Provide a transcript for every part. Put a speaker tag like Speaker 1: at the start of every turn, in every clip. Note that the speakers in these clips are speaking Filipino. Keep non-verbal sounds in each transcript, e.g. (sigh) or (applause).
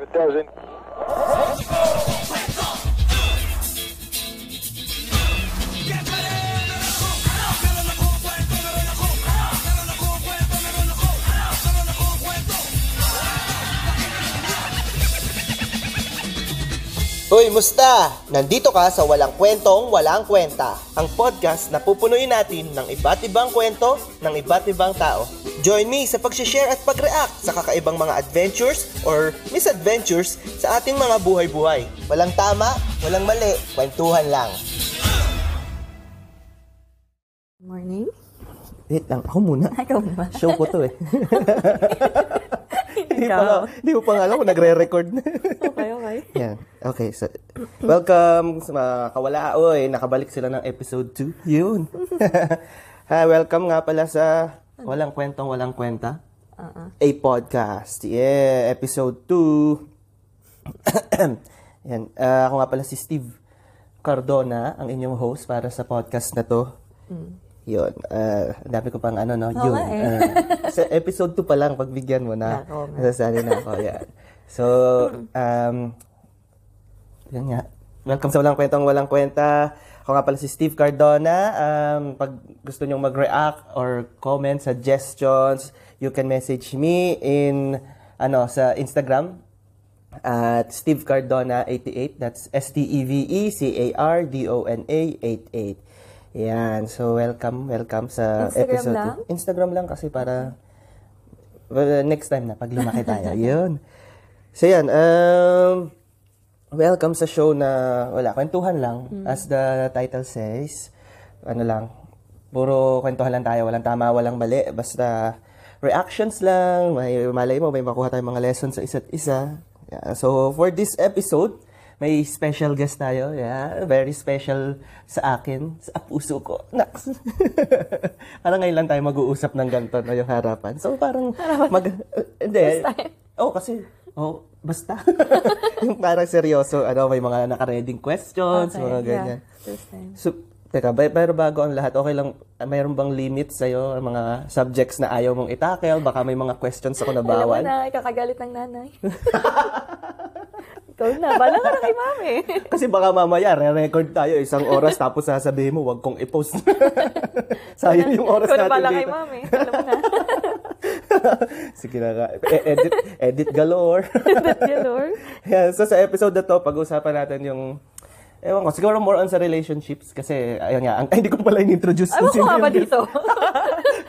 Speaker 1: it doesn't.
Speaker 2: Hoy, musta! Nandito ka sa Walang Kwentong Walang Kwenta, ang podcast na pupunuin natin ng iba't ibang kwento ng iba't ibang tao. Join me sa pag-share at pag-react sa kakaibang mga adventures or misadventures sa ating mga buhay-buhay. Walang tama, walang mali, kwentuhan lang.
Speaker 3: Morning? (laughs)
Speaker 2: Wait lang, ako muna.
Speaker 3: Ikaw ba?
Speaker 2: Show ko to eh. Hindi
Speaker 3: Ikaw.
Speaker 2: pa, hindi ko pa nga alam kung nagre-record na.
Speaker 3: (laughs) Okay, okay.
Speaker 2: Yan. Okay, so welcome sa mga kawala. Oy, nakabalik sila ng episode 2. Yun. (laughs) Hi, welcome nga pala sa Walang Kwentong Walang Kwenta. A podcast. Yeah, episode 2. (coughs) Yan. Ah, ako nga pala si Steve Cardona, ang inyong host para sa podcast na to. Yun. Ah, ang dami ko pang ano, no? Yun.
Speaker 3: eh.
Speaker 2: Ah, sa episode 2 pa lang, pagbigyan mo na.
Speaker 3: Nako, man.
Speaker 2: Nasasali na ako. Yan. So, um, yan nga. Welcome sa Walang Kwentang Walang Kwenta. Ako nga pala si Steve Cardona. Um, pag gusto nyong mag-react or comment, suggestions, you can message me in ano sa Instagram at Steve Cardona 88. That's E S-T-E-V-E-C-A-R-D-O-N-A 88. Yan. So, welcome, welcome sa
Speaker 3: Instagram
Speaker 2: episode.
Speaker 3: lang?
Speaker 2: Instagram lang kasi para well, uh, next time na pag lumaki tayo. (laughs) Yun. So, yan. Um, welcome sa show na, wala, kwentuhan lang. As the title says, ano lang, puro kwentuhan lang tayo. Walang tama, walang mali. Basta reactions lang. May, malay mo, may makuha tayong mga lessons sa isa't isa. Yeah. So, for this episode, may special guest tayo. Yeah. Very special sa akin, sa puso ko. Naks. (laughs) parang ngayon lang tayo mag-uusap ng ganito na yung harapan. So, parang... Mag, hindi. Oo, oh, kasi... Oh, basta. (laughs) yung parang seryoso, ano, may mga nakareding questions, mga ganyan.
Speaker 3: Yeah, first time.
Speaker 2: So, teka, ba- pero bago ang lahat, okay lang, ah, mayroon bang limit sa'yo, ang mga subjects na ayaw mong itakel? Baka may mga questions ako na
Speaker 3: Alam mo
Speaker 2: bawal.
Speaker 3: na, ikakagalit ng nanay. Ikaw na, bala ka na kay mami.
Speaker 2: Kasi baka mamaya, re-record tayo isang
Speaker 3: (laughs)
Speaker 2: oras, tapos sasabihin mo, wag kong i-post. Sayang yung oras
Speaker 3: Ikaw na
Speaker 2: natin
Speaker 3: bala kay
Speaker 2: dito.
Speaker 3: mami. Alam mo na. (laughs)
Speaker 2: Sige na nga. E- edit, edit
Speaker 3: (laughs)
Speaker 2: galore.
Speaker 3: That galore.
Speaker 2: yeah, so sa episode na to, pag-uusapan natin yung Ewan ko, siguro more on sa relationships kasi, ayun nga, ang, (laughs) ay, hindi ko pala in-introduce.
Speaker 3: Ay,
Speaker 2: kung
Speaker 3: ko
Speaker 2: sino
Speaker 3: nga
Speaker 2: yung
Speaker 3: ba
Speaker 2: guest. (laughs)
Speaker 3: dito?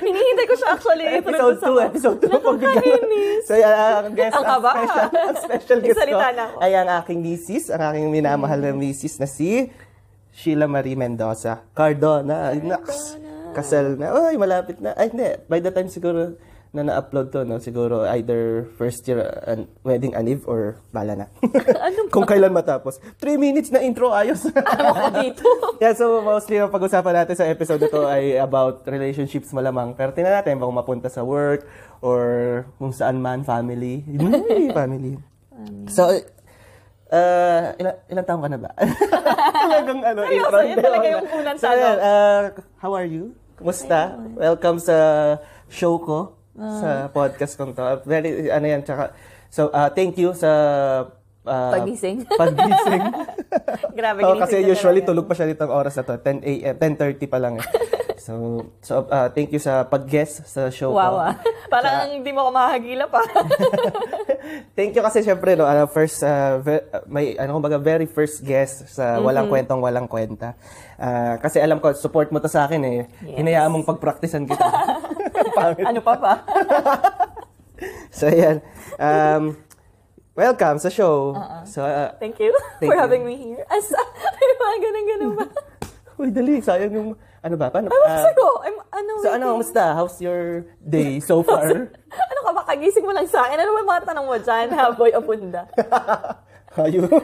Speaker 3: Hinihintay ko siya actually.
Speaker 2: Episode eh. 2, episode 2.
Speaker 3: Nakakainis.
Speaker 2: So, yan, ang guest,
Speaker 3: Ang haba.
Speaker 2: ang special, ang special guest ko
Speaker 3: Nagsalita na ako.
Speaker 2: ay ang aking misis, ang aking minamahal na misis na si Sheila Marie Mendoza. Cardona. Ay, Naks. Kasal na. Ay, malapit na. Ay, hindi. By the time siguro na na-upload to, no? siguro either first year uh, an- wedding aniv or bala na. (laughs)
Speaker 3: Ano ba?
Speaker 2: Kung kailan matapos. Three minutes na intro, ayos.
Speaker 3: Ah, Ako dito.
Speaker 2: (laughs) Yeah, so mostly ang pag-usapan natin sa episode na to ay about relationships malamang. Pero tingnan natin kung mapunta sa work or kung saan man, family. Yay, family. So, uh, ilan, ilang taong ka
Speaker 3: (laughs)
Speaker 2: na ba? Talagang ano,
Speaker 3: Seryoso,
Speaker 2: intro.
Speaker 3: yun talaga yung unang
Speaker 2: So,
Speaker 3: tanong.
Speaker 2: ayan, uh, how are you? Kumusta? Welcome sa show ko,
Speaker 3: Ah.
Speaker 2: sa podcast kong to. Very, ano yan, tsaka, so, uh, thank you sa... uh,
Speaker 3: Pagising. (laughs)
Speaker 2: Pagising.
Speaker 3: Grabe,
Speaker 2: Oo,
Speaker 3: ginising
Speaker 2: kasi
Speaker 3: ka
Speaker 2: usually
Speaker 3: talaga.
Speaker 2: tulog pa siya nitong oras na to, 10 a.m., 10.30 pa
Speaker 3: (laughs)
Speaker 2: lang eh. So, so uh, thank you sa pag-guest sa show ko.
Speaker 3: Wow,
Speaker 2: (laughs)
Speaker 3: ah. Parang hindi mo ako makahagila pa.
Speaker 2: Thank you kasi syempre, no, ano, first, uh, ve- uh, may, ano, kumbaga, very first guest sa
Speaker 3: Mm-hmm.
Speaker 2: Walang Kwentong Walang Kwenta. Ah, kasi alam ko, support mo to sa akin eh.
Speaker 3: Yes.
Speaker 2: Hinayaan mong pagpraktisan kita. (laughs) Pangit.
Speaker 3: ano pa pa?
Speaker 2: so, yan. Um, welcome sa show.
Speaker 3: Uh-uh.
Speaker 2: So, uh,
Speaker 3: Thank you
Speaker 2: Thank
Speaker 3: for
Speaker 2: you.
Speaker 3: having me here. As, (laughs) may mga ganun-ganun ba?
Speaker 2: uy, dali, sayang yung, ano ba, paano?
Speaker 3: Ay,
Speaker 2: Ah,
Speaker 3: wag ko. I'm, ano,
Speaker 2: so, ano,
Speaker 3: waiting.
Speaker 2: kamusta? How's your day so far?
Speaker 3: Ano ka ba? Kagising mo lang sa akin. Ano ba mga tanong mo dyan, (laughs) Ah, haboy o punda?
Speaker 2: Hayop. (laughs)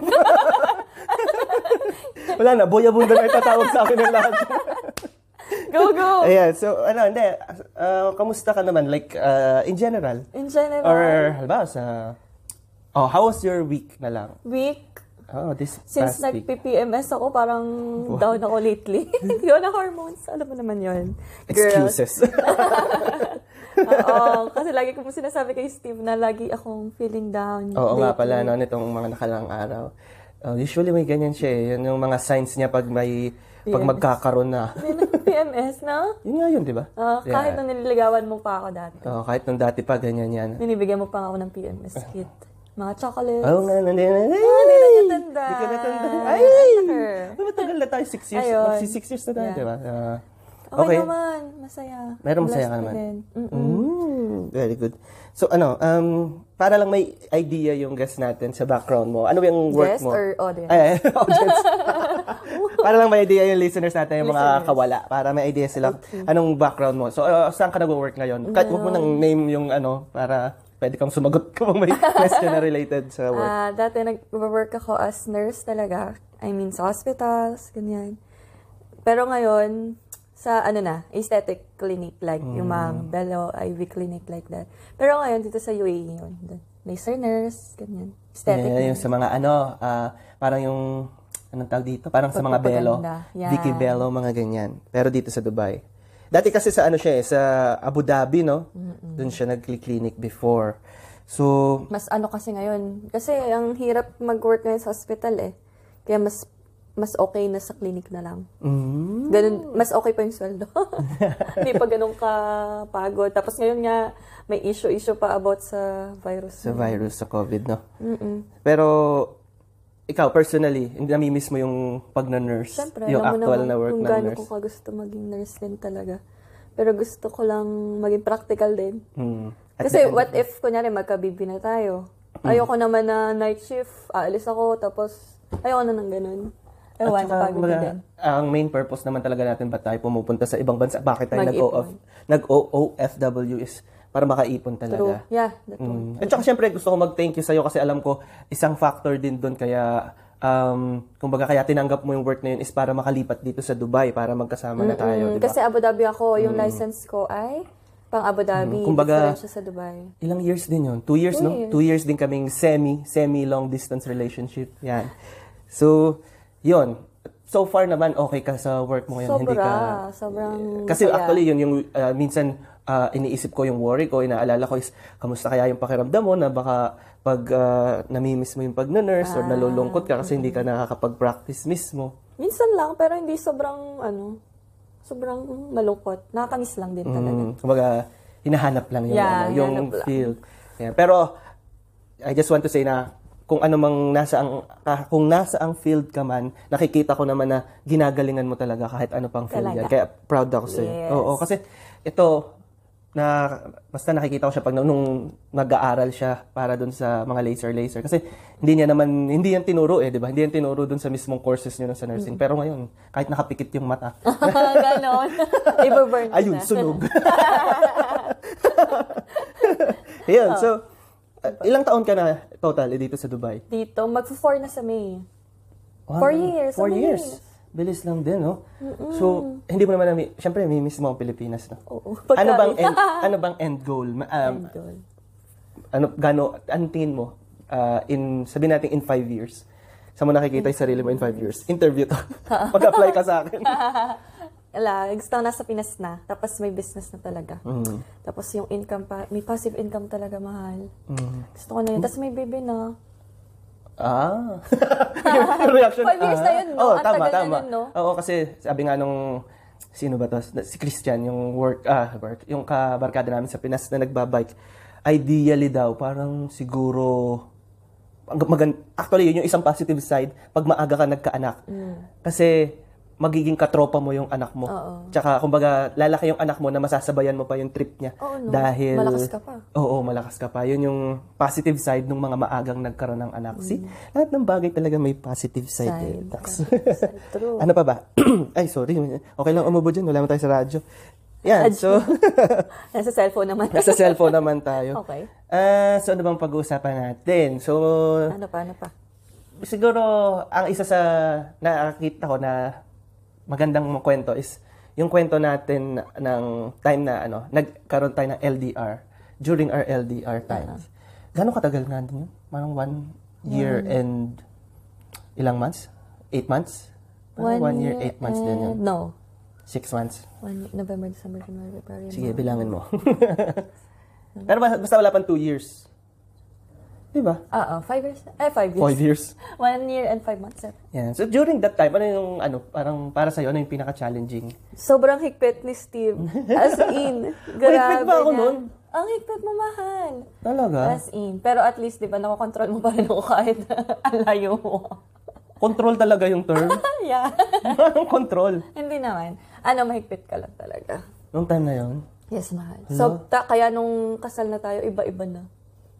Speaker 2: Wala na, boyabunda na itatawag sa akin ng
Speaker 3: (laughs)
Speaker 2: lahat.
Speaker 3: Go, go!
Speaker 2: Ayan, so ano, hindi, ah, kamusta ka naman? Like, ah, in general?
Speaker 3: In general,
Speaker 2: Or, halimbawa sa, oh, how was your week na lang?
Speaker 3: week,
Speaker 2: Oh, this
Speaker 3: since
Speaker 2: past week.
Speaker 3: nag-PPMS ako, parang down ako (laughs) lately. Hindi ko na hormones. Alam mo naman yun. Girl.
Speaker 2: Excuses.
Speaker 3: Oo, kasi lagi ko sinasabi kay Steve na lagi akong feeling down.
Speaker 2: (laughs) Oo nga
Speaker 3: lately.
Speaker 2: pala, no, nitong mga nakalang araw. Uh, usually may ganyan siya eh. Yan yung mga signs niya pag may, pag
Speaker 3: Yes.
Speaker 2: magkakaroon na.
Speaker 3: May nag- PMS na?
Speaker 2: Yun nga yun, di ba?
Speaker 3: Ah, kahit
Speaker 2: Yeah.
Speaker 3: nung nililigawan mo pa ako dati.
Speaker 2: Oo, kahit nung dati pa, ganyan yan.
Speaker 3: Binibigyan mo pa ako ng PMS kit. Mga chocolates.
Speaker 2: Oo Oh, nga, nandiyan na.
Speaker 3: Hindi Ah, na niya tanda.
Speaker 2: Hindi ko natandaan. Ay!
Speaker 3: Ay! sure.
Speaker 2: Ay, matagal na tayo. Six years.
Speaker 3: Ayun.
Speaker 2: Magsi six years na tayo,
Speaker 3: Yeah.
Speaker 2: di ba? Ah,
Speaker 3: Okay, naman. Masaya.
Speaker 2: Meron masaya ka
Speaker 3: Blessed na
Speaker 2: naman.
Speaker 3: din. Mm-mm.
Speaker 2: Mm, very good. So ano, um, para lang may idea yung guest natin sa background mo. Ano yung work
Speaker 3: Guest
Speaker 2: mo?
Speaker 3: or audience?
Speaker 2: Ay, (laughs) ay, audience.
Speaker 3: (laughs)
Speaker 2: para lang may idea yung listeners natin, yung mga
Speaker 3: Listeners.
Speaker 2: kawala. Para may idea sila anong background mo. So uh, saan ka nag-work ngayon? Kahit huwag mo
Speaker 3: Mm.
Speaker 2: nang name yung ano, para pwede kang sumagot (laughs) kung may question na related sa work.
Speaker 3: Ah, dati nag-work ako as nurse talaga. I mean, sa hospitals, ganyan. Pero ngayon, sa ano na, aesthetic clinic, like yung
Speaker 2: Mm.
Speaker 3: mga Bello IV clinic like that. Pero ngayon, dito sa UAE yun. Dun. Laser nurse, ganyan. Aesthetic.
Speaker 2: Yeah, yung
Speaker 3: nurse.
Speaker 2: sa mga ano, ah, parang yung, anong tawag dito? Parang sa mga Belo.
Speaker 3: Pagpapaganda. Yan.
Speaker 2: Vicky Belo, mga ganyan. Pero dito sa Dubai. Dati kasi sa ano siya eh, sa Abu Dhabi, no? Doon siya nag-clinic before. So,
Speaker 3: mas ano kasi ngayon. Kasi ang hirap mag-work ngayon sa hospital eh. Kaya mas mas okay na sa clinic na lang.
Speaker 2: mm,
Speaker 3: Ganun, mas okay pa yung sweldo. (laughs) Hindi pa ganun ka pagod. Tapos ngayon nga, may issue-issue pa about sa virus.
Speaker 2: sa virus, sa COVID, no?
Speaker 3: Mm-mm.
Speaker 2: Pero, ikaw, personally, hindi namimiss mo yung pag-nurse.
Speaker 3: Siyempre,
Speaker 2: yung
Speaker 3: alam mo
Speaker 2: actual
Speaker 3: naman
Speaker 2: na work
Speaker 3: kung
Speaker 2: ng
Speaker 3: gaano
Speaker 2: nurse.
Speaker 3: ko ka gusto maging nurse din talaga. Pero gusto ko lang maging practical din.
Speaker 2: Mm. At
Speaker 3: Kasi
Speaker 2: the- Mm.
Speaker 3: what if, kunyari, magka-baby na tayo? Ayoko naman na night shift, aalis ako, tapos ayoko na ng ganun. Ewan,
Speaker 2: At saka,
Speaker 3: pagod
Speaker 2: mga-
Speaker 3: din.
Speaker 2: Ang main purpose naman talaga natin ba't tayo pumupunta sa ibang bansa? Bakit tayo nag-OF,
Speaker 3: Mag-ipon.
Speaker 2: nag-OOFW is para makaipon
Speaker 3: True.
Speaker 2: talaga.
Speaker 3: Yeah, that's true.
Speaker 2: Mm. At saka syempre gusto ko mag-thank you sa'yo kasi alam ko isang factor din doon kaya um, kumbaga kaya tinanggap mo yung work na yun is para makalipat dito sa Dubai para magkasama na tayo. di
Speaker 3: Mm,
Speaker 2: ba?
Speaker 3: Kasi Abu Dhabi ako, yung license ko ay pang Abu Dhabi.
Speaker 2: Mm, kumbaga-
Speaker 3: different siya sa Dubai.
Speaker 2: Ilang years din yun? Two years,
Speaker 3: Two
Speaker 2: no?
Speaker 3: years.
Speaker 2: Two years din kaming semi, semi long distance relationship. Yan. So, yun. So far naman, okay ka sa work mo ngayon. Hindi ka,
Speaker 3: Sobra, sobrang
Speaker 2: Kasi
Speaker 3: saya.
Speaker 2: actually, yun yung uh, minsan uh, iniisip ko yung worry ko, inaalala ko is, kamusta kaya yung pakiramdam mo na baka pag uh, namimiss mo yung pag-nurse or nalulungkot ka kasi hindi ka nakakapag-practice mismo.
Speaker 3: Minsan lang, pero hindi sobrang, ano, sobrang malungkot. Nakakamiss lang din talaga.
Speaker 2: Mm, kumbaga, hinahanap lang yung,
Speaker 3: Yeah,
Speaker 2: ano, yung
Speaker 3: hinahanap lang.
Speaker 2: field. Yeah, Pero, I just want to say na kung ano mang nasa ang ka- kung nasa ang field ka man, nakikita ko naman na ginagalingan mo talaga kahit ano pang field
Speaker 3: Talaga.
Speaker 2: yan. Kaya proud ako sa iyo.
Speaker 3: Yes.
Speaker 2: Oo, kasi ito na basta nakikita ko siya pag nung nag-aaral siya para doon sa mga laser laser kasi hindi niya naman hindi yan tinuro eh, 'di ba? Hindi yan tinuro doon sa mismong courses niyo sa nursing.
Speaker 3: Mm.
Speaker 2: Pero ngayon, kahit nakapikit yung
Speaker 3: (laughs)
Speaker 2: mata,
Speaker 3: Ganon.
Speaker 2: (laughs)
Speaker 3: Ibaburn ko
Speaker 2: Mm. Ayun,
Speaker 3: na. (laughs)
Speaker 2: sunog. (laughs) Ayun,
Speaker 3: Oh.
Speaker 2: so, uh, ilang taon ka na total eh, dito sa Dubai?
Speaker 3: Dito, mag-four na sa May. Four years,
Speaker 2: Four
Speaker 3: ang
Speaker 2: years.
Speaker 3: bilis.
Speaker 2: Bilis lang din, no? So, hindi mo naman, nami- syempre, may miss mo ang Pilipinas, no?
Speaker 3: Oo.
Speaker 2: Ano bang
Speaker 3: Pagkain. (laughs)
Speaker 2: end, ano bang end goal? Ma- Um,
Speaker 3: Idol.
Speaker 2: ano, gano, ano tingin mo? Uh, in, sabihin natin in five years. Saan mo nakikita yung sarili mo in five years? Interview
Speaker 3: (laughs)
Speaker 2: to. Pag-apply ka sa akin.
Speaker 3: Ala, gusto ko nasa Pinas na. Tapos may business na talaga.
Speaker 2: Mm.
Speaker 3: Tapos yung income pa, may passive income talaga mahal.
Speaker 2: Mm.
Speaker 3: Gusto ko na yun. Tapos may baby na.
Speaker 2: Ah. (laughs)
Speaker 3: (laughs)
Speaker 2: Yung reaction.
Speaker 3: Five years
Speaker 2: ah.
Speaker 3: na yun, no?
Speaker 2: Oo,
Speaker 3: Ang
Speaker 2: tama,
Speaker 3: tagal na
Speaker 2: tama.
Speaker 3: nun, no?
Speaker 2: Oo, kasi sabi nga nung, sino ba to? Si Christian, yung work, ah, work, yung kabarkada namin sa Pinas na nagbabike. Ideally daw, parang siguro, ang magan actually, yun yung isang positive side, pag maaga ka nagkaanak. Kasi, magiging katropa mo yung anak mo.
Speaker 3: Mm. Oo.
Speaker 2: Tsaka, kumbaga, lalaki yung anak mo na masasabayan mo pa yung trip niya.
Speaker 3: Oo, no?
Speaker 2: Dahil,
Speaker 3: Malakas ka pa.
Speaker 2: Oo, malakas ka pa. Yun yung positive side ng mga maagang nagkaroon ng anak. See, lahat ng bagay talaga may positive side. eh.
Speaker 3: Side,
Speaker 2: Taks. (laughs)
Speaker 3: positive side. True.
Speaker 2: ano pa ba? (clears throat) Ay, sorry. Okay lang umubo dyan. Wala mo tayo sa radyo. Yan, so, (laughs)
Speaker 3: (laughs) Nasa cellphone naman.
Speaker 2: nasa cellphone naman tayo.
Speaker 3: Okay.
Speaker 2: Ah, so, ano bang pag-uusapan natin? So,
Speaker 3: Ano pa, ano pa?
Speaker 2: siguro, ang isa sa nakakita ko na magandang mo kwento is yung kwento natin ng time na ano, nagkaroon tayo ng LDR during our LDR times. Gano'ng katagal nga din yun? Parang one year and ilang months? Eight months? Parang one, year, eight months din yun.
Speaker 3: and- No.
Speaker 2: Six months.
Speaker 3: One, November, December, January, February.
Speaker 2: Sige,
Speaker 3: March.
Speaker 2: bilangin mo. Pero basta, basta wala pang two years. Di ba?
Speaker 3: Oo, five years. Eh, five years.
Speaker 2: Five years.
Speaker 3: One year and five months. eh.
Speaker 2: Yan. So during that time, ano yung ano, parang para sa'yo, ano yung pinaka-challenging?
Speaker 3: Sobrang higpit ni
Speaker 2: (laughs)
Speaker 3: Steve. As in, grabe
Speaker 2: higpit ba ako
Speaker 3: niya.
Speaker 2: nun?
Speaker 3: Ang higpit mo, mahal.
Speaker 2: Talaga?
Speaker 3: As in. Pero at least, di ba, nakokontrol mo pa rin ako kahit (laughs) ang layo mo.
Speaker 2: Control talaga yung (laughs) term?
Speaker 3: yeah.
Speaker 2: Anong control?
Speaker 3: Hindi naman. Ano, mahigpit ka lang talaga.
Speaker 2: Nung time na yun?
Speaker 3: Yes, mahal. So, ta- kaya nung kasal na tayo, iba-iba na.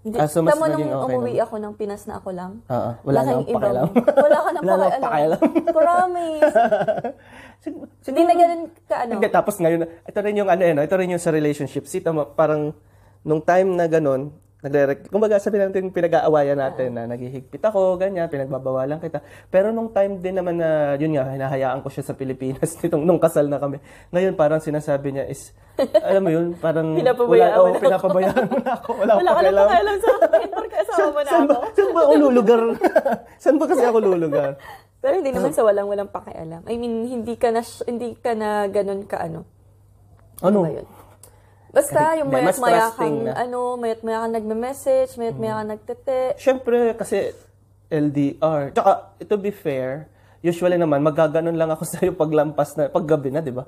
Speaker 3: Hindi,
Speaker 2: Ah, so mas
Speaker 3: tama nung
Speaker 2: naging okay
Speaker 3: umuwi ako ng Pinas na ako lang.
Speaker 2: Oo. Wala na akong
Speaker 3: kang ibang-
Speaker 2: pakialam.
Speaker 3: (laughs) Wala ka nang
Speaker 2: Wala na akong
Speaker 3: pakialam. Promise.
Speaker 2: Sig- sig-
Speaker 3: Hindi na ganun ka ano.
Speaker 2: Hindi, tapos ngayon, ito rin yung ano, eh, no? ito rin yung sa relationship. Si tama, parang nung time na ganun, nagre kumbaga sabi natin pinag-aawayan natin na naghihigpit ako, ganyan, pinagbabawalan kita. Pero nung time din naman na, yun nga, hinahayaan ko siya sa Pilipinas (laughs) nitong, nung kasal na kami. Ngayon parang sinasabi niya is, alam mo yun,
Speaker 3: (laughs)
Speaker 2: parang wala,
Speaker 3: Pinapabayaan mo na ako.
Speaker 2: pinapabayaan mo na ako. Wala,
Speaker 3: Wala ka nang
Speaker 2: pakialam.
Speaker 3: pakialam sa akin. Porque kasama mo
Speaker 2: (laughs) Saan
Speaker 3: na ako.
Speaker 2: ba, saan ba ako lulugar? (laughs) saan ba kasi ako lulugar?
Speaker 3: Pero
Speaker 2: (laughs)
Speaker 3: hindi naman sa walang-walang pakialam. I mean, hindi ka na, sh- hindi ka na ganun ka ano.
Speaker 2: Ano?
Speaker 3: ba yun? Basta
Speaker 2: Kahit-
Speaker 3: yung
Speaker 2: hindi, mas
Speaker 3: mayat-maya
Speaker 2: trusting
Speaker 3: kang,
Speaker 2: na.
Speaker 3: ano, mayat-maya kang nagme-message, mayat-maya kang nagtete.
Speaker 2: Siyempre, kasi LDR. Tsaka, to be fair, usually naman, magaganon lang ako (laughs) sa'yo paglampas na, paggabi na, di ba?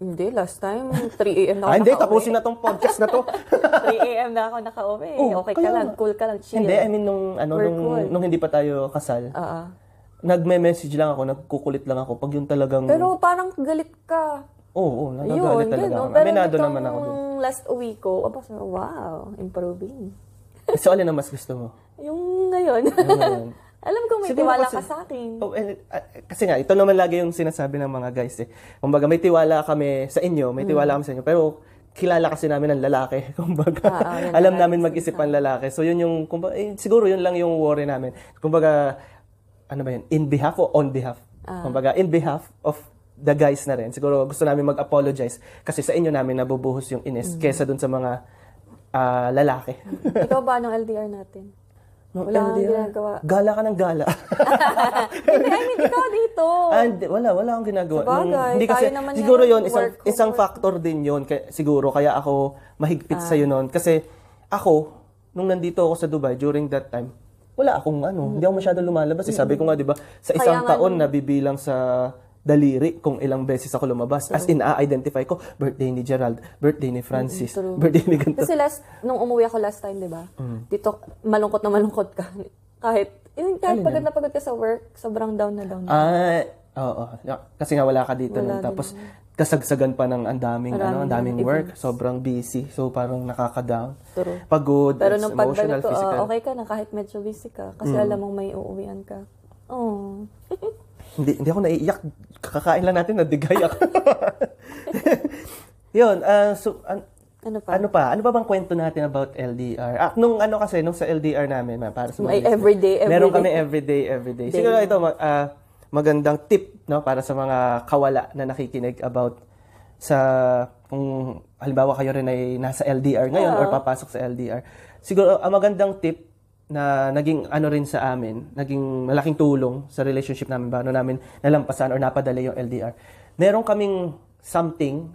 Speaker 3: Hindi, last time, 3 a.m. na ako
Speaker 2: Ah, hindi,
Speaker 3: nakauwi. (laughs)
Speaker 2: tapusin na tong podcast na to.
Speaker 3: 3 a.m. na ako nakauwi.
Speaker 2: Oo,
Speaker 3: okay ka
Speaker 2: kaya
Speaker 3: lang,
Speaker 2: nga.
Speaker 3: cool ka lang, chill.
Speaker 2: hindi, I mean, nung, ano,
Speaker 3: We're
Speaker 2: nung,
Speaker 3: cool. Ah.
Speaker 2: nung hindi pa tayo kasal,
Speaker 3: Oo.
Speaker 2: nagme-message lang ako, nagkukulit lang ako, pag yung talagang, oo,
Speaker 3: Pero parang galit ka.
Speaker 2: oo,
Speaker 3: Yun,
Speaker 2: nagagalit
Speaker 3: yun,
Speaker 2: talaga
Speaker 3: no?
Speaker 2: ako.
Speaker 3: Pero
Speaker 2: Aminado
Speaker 3: nitong
Speaker 2: naman ako dun.
Speaker 3: last uwi ko, aba, sabi ko, wow, improving.
Speaker 2: So, alin na ano mas gusto mo?
Speaker 3: Yung ngayon,
Speaker 2: ngayon.
Speaker 3: (laughs) alam ko may
Speaker 2: Siguro
Speaker 3: tiwala
Speaker 2: kasi-
Speaker 3: ka sa akin.
Speaker 2: Oh, and, uh, kasi nga, ito naman lagi yung sinasabi ng mga guys eh. Kumbaga, may tiwala kami sa inyo, may tiwala kami sa inyo, pero kilala kasi namin ang lalaki. (laughs) Kumbaga,
Speaker 3: Mm. Ah, ah, yun
Speaker 2: alam
Speaker 3: ang
Speaker 2: namin mag-isip ang lalaki. So, yun yung, kumbaga, eh, siguro yun lang yung worry namin. Kumbaga, ano ba yun? In behalf o on behalf?
Speaker 3: Ah.
Speaker 2: Kumbaga, in behalf of the guys na rin. Siguro gusto namin mag-apologize kasi sa inyo namin nabubuhos yung
Speaker 3: Mm.
Speaker 2: inis kesa dun sa mga ah, lalaki.
Speaker 3: Ikaw ba ng LDR
Speaker 2: (laughs)
Speaker 3: natin?
Speaker 2: No,
Speaker 3: (laughs) Wala kang
Speaker 2: LDR.
Speaker 3: ginagawa.
Speaker 2: Gala ka ng gala. (laughs)
Speaker 3: Hindi, I mean, ikaw dito.
Speaker 2: Ah, hindi, wala, wala akong ginagawa.
Speaker 3: Oh. Sabagay,
Speaker 2: Nung- hindi
Speaker 3: tayo
Speaker 2: kasi,
Speaker 3: naman
Speaker 2: siguro
Speaker 3: yan,
Speaker 2: yon isang,
Speaker 3: work,
Speaker 2: isang
Speaker 3: work.
Speaker 2: factor din yon kaya, siguro, kaya ako mahigpit
Speaker 3: Ah.
Speaker 2: sa sa'yo noon. Kasi ako, nung nandito ako sa Dubai during that time, wala akong ano, hindi ako masyado lumalabas. Eh, Sabi ko nga, di ba, sa
Speaker 3: Mm. Kaya
Speaker 2: isang
Speaker 3: nga
Speaker 2: taon na bibilang sa daliri kung ilang beses ako lumabas. As in, a-identify ko, birthday ni Gerald, birthday ni Francis,
Speaker 3: true.
Speaker 2: birthday ni ganito.
Speaker 3: Kasi last, nung umuwi ako last time, di ba?
Speaker 2: Mm.
Speaker 3: Dito, malungkot na malungkot ka. Kahit, yun, kahit pagod na pagod ka sa work, sobrang down na down.
Speaker 2: Ah, oo. Kasi nga wala ka dito nun. Tapos kasagsagan pa ng ang daming ano, ang daming work, sobrang busy. So parang nakaka-down.
Speaker 3: True.
Speaker 2: Pagod,
Speaker 3: Pero
Speaker 2: it's
Speaker 3: nung
Speaker 2: emotional,
Speaker 3: pagbalik ko,
Speaker 2: physical. Mm.
Speaker 3: ah, okay ka na kahit medyo busy ka. Kasi alam mong may uuwian ka. Oh.
Speaker 2: Hindi, hindi ako naiiyak. Kakakain lang natin, nadigay ako. (laughs) Yun, ah, so, an-
Speaker 3: ano pa?
Speaker 2: ano pa? Ano pa bang kwento natin about LDR? Ah, nung ano kasi, nung sa LDR namin, ma, para sa mga
Speaker 3: May
Speaker 2: listeners,
Speaker 3: everyday, everyday.
Speaker 2: Meron kami everyday, everyday.
Speaker 3: Day.
Speaker 2: Siguro ito, ma- ah, magandang tip no, para sa mga kawala na nakikinig about sa, kung halimbawa kayo rin ay nasa LDR ngayon or papasok sa LDR. Siguro, ang magandang tip na naging ano rin sa amin, naging malaking tulong sa relationship namin, paano namin nalampasan or napadali yung LDR. Meron kaming something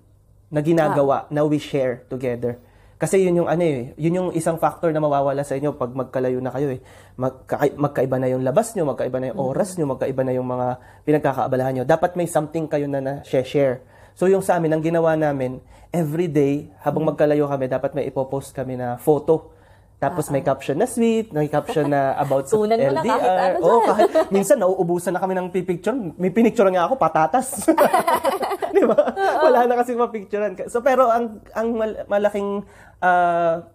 Speaker 2: na ginagawa na we share together. Kasi yun yung ano eh, yun yung isang factor na mawawala sa inyo pag magkalayo na kayo eh. Magka- magkaiba na yung labas nyo, magkaiba na yung oras nyo, magkaiba na yung mga pinagkakaabalahan nyo. Dapat may something kayo na na-share. So yung sa amin, ang ginawa namin, every day, habang
Speaker 3: Mm.
Speaker 2: magkalayo kami, dapat may ipopost kami na photo. Tapos may caption na sweet, may caption na about sa
Speaker 3: Tunan Ah, mo na
Speaker 2: LDR.
Speaker 3: kahit ano
Speaker 2: Oo,
Speaker 3: dyan.
Speaker 2: kahit, minsan nauubusan na kami ng pipicture. May pinicture nga ako,
Speaker 3: (laughs)
Speaker 2: patatas. Di ba? Wala na kasi mapicturean. So, pero ang ang mal- malaking ah,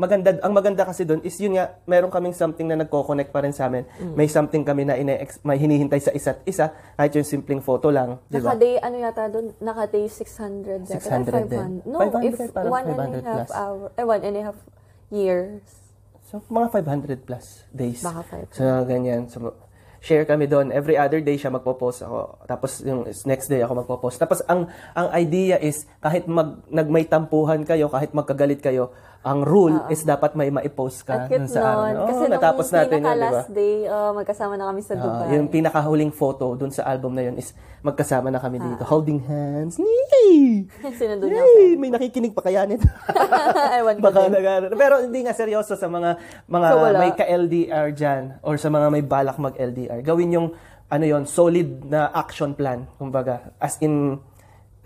Speaker 2: maganda ang maganda kasi doon is yun nga meron kaming something na nagko-connect pa rin sa amin.
Speaker 3: Mm.
Speaker 2: May something kami na ine may hinihintay sa isa't isa kahit yung simpleng photo lang, di ba?
Speaker 3: Naka-day, ano yata doon? Naka-day 600. yata.
Speaker 2: 600 din.
Speaker 3: 500. No,
Speaker 2: 500,
Speaker 3: if
Speaker 2: parang
Speaker 3: one and a
Speaker 2: 500
Speaker 3: half
Speaker 2: plus.
Speaker 3: hour, eh, one and a half years.
Speaker 2: So, mga 500 plus days.
Speaker 3: Baka 500.
Speaker 2: So, ganyan. So, share kami doon. Every other day siya magpo-post ako. Tapos, yung next day ako magpo-post. Tapos, ang ang idea is, kahit mag, nagmay tampuhan kayo, kahit magkagalit kayo, ang rule is dapat may ma-post ka
Speaker 3: Ang cute
Speaker 2: dun sa araw.
Speaker 3: Ah. nun.
Speaker 2: na-
Speaker 3: Kasi
Speaker 2: Oo,
Speaker 3: nung
Speaker 2: natapos natin yun, di ba?
Speaker 3: pinaka-last day, oh, magkasama na kami sa Dubai.
Speaker 2: Ah, yung pinakahuling photo dun sa album na yun is magkasama na
Speaker 3: Ah.
Speaker 2: kami dito. Holding hands. Yay!
Speaker 3: (laughs) Sinundo niya ako.
Speaker 2: Yay! May nakikinig pa kaya nito.
Speaker 3: (laughs) Ewan ko
Speaker 2: (laughs) Baka
Speaker 3: din.
Speaker 2: nag- Pero hindi nga seryoso sa mga mga
Speaker 3: So, wala.
Speaker 2: may ka-LDR dyan or sa mga may balak mag-LDR. Gawin yung ano yon solid na action plan, kumbaga. As in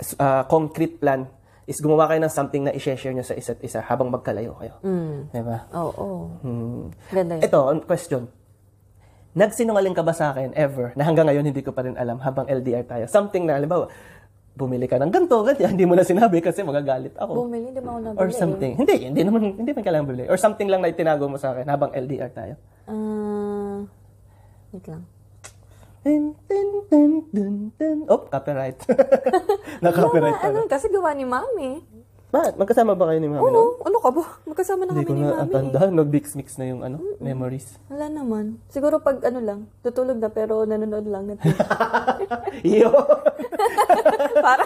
Speaker 2: s- ah, concrete plan is gumawa kayo ng something na i-share nyo sa isa't isa habang magkalayo kayo.
Speaker 3: Mm.
Speaker 2: Diba?
Speaker 3: Oo.
Speaker 2: Hmm.
Speaker 3: Ganda yun.
Speaker 2: Ito, ang question. Nagsinungaling ka ba sa akin ever na hanggang ngayon hindi ko pa rin alam habang LDR tayo? Something na, halimbawa, bumili ka ng ganito, ganyan, (laughs) hindi mo na sinabi kasi magagalit ako.
Speaker 3: Bumili, di ba ako nabili?
Speaker 2: Or something. Hindi, hindi naman, hindi man kailangan bibili. Or something lang na itinago mo sa akin habang LDR tayo.
Speaker 3: Ah, wait lang.
Speaker 2: Dun, dun, dun, dun, dun. Oh,
Speaker 3: (laughs)
Speaker 2: copyright. Na-copyright
Speaker 3: Gawa,
Speaker 2: pala.
Speaker 3: ano, kasi gawa ni Mami.
Speaker 2: Bakit? Magkasama ba kayo ni Mami? no?
Speaker 3: Oo, ano ka ba? Magkasama na
Speaker 2: Hindi ko
Speaker 3: kami ni
Speaker 2: na
Speaker 3: Mami. eh.
Speaker 2: atandaan. Nag-mix-mix na yung ano, memories. (laughs)
Speaker 3: Wala naman. Siguro pag ano lang, tutulog na pero nanonood lang na TV.
Speaker 2: Iyo!
Speaker 3: (laughs) Para,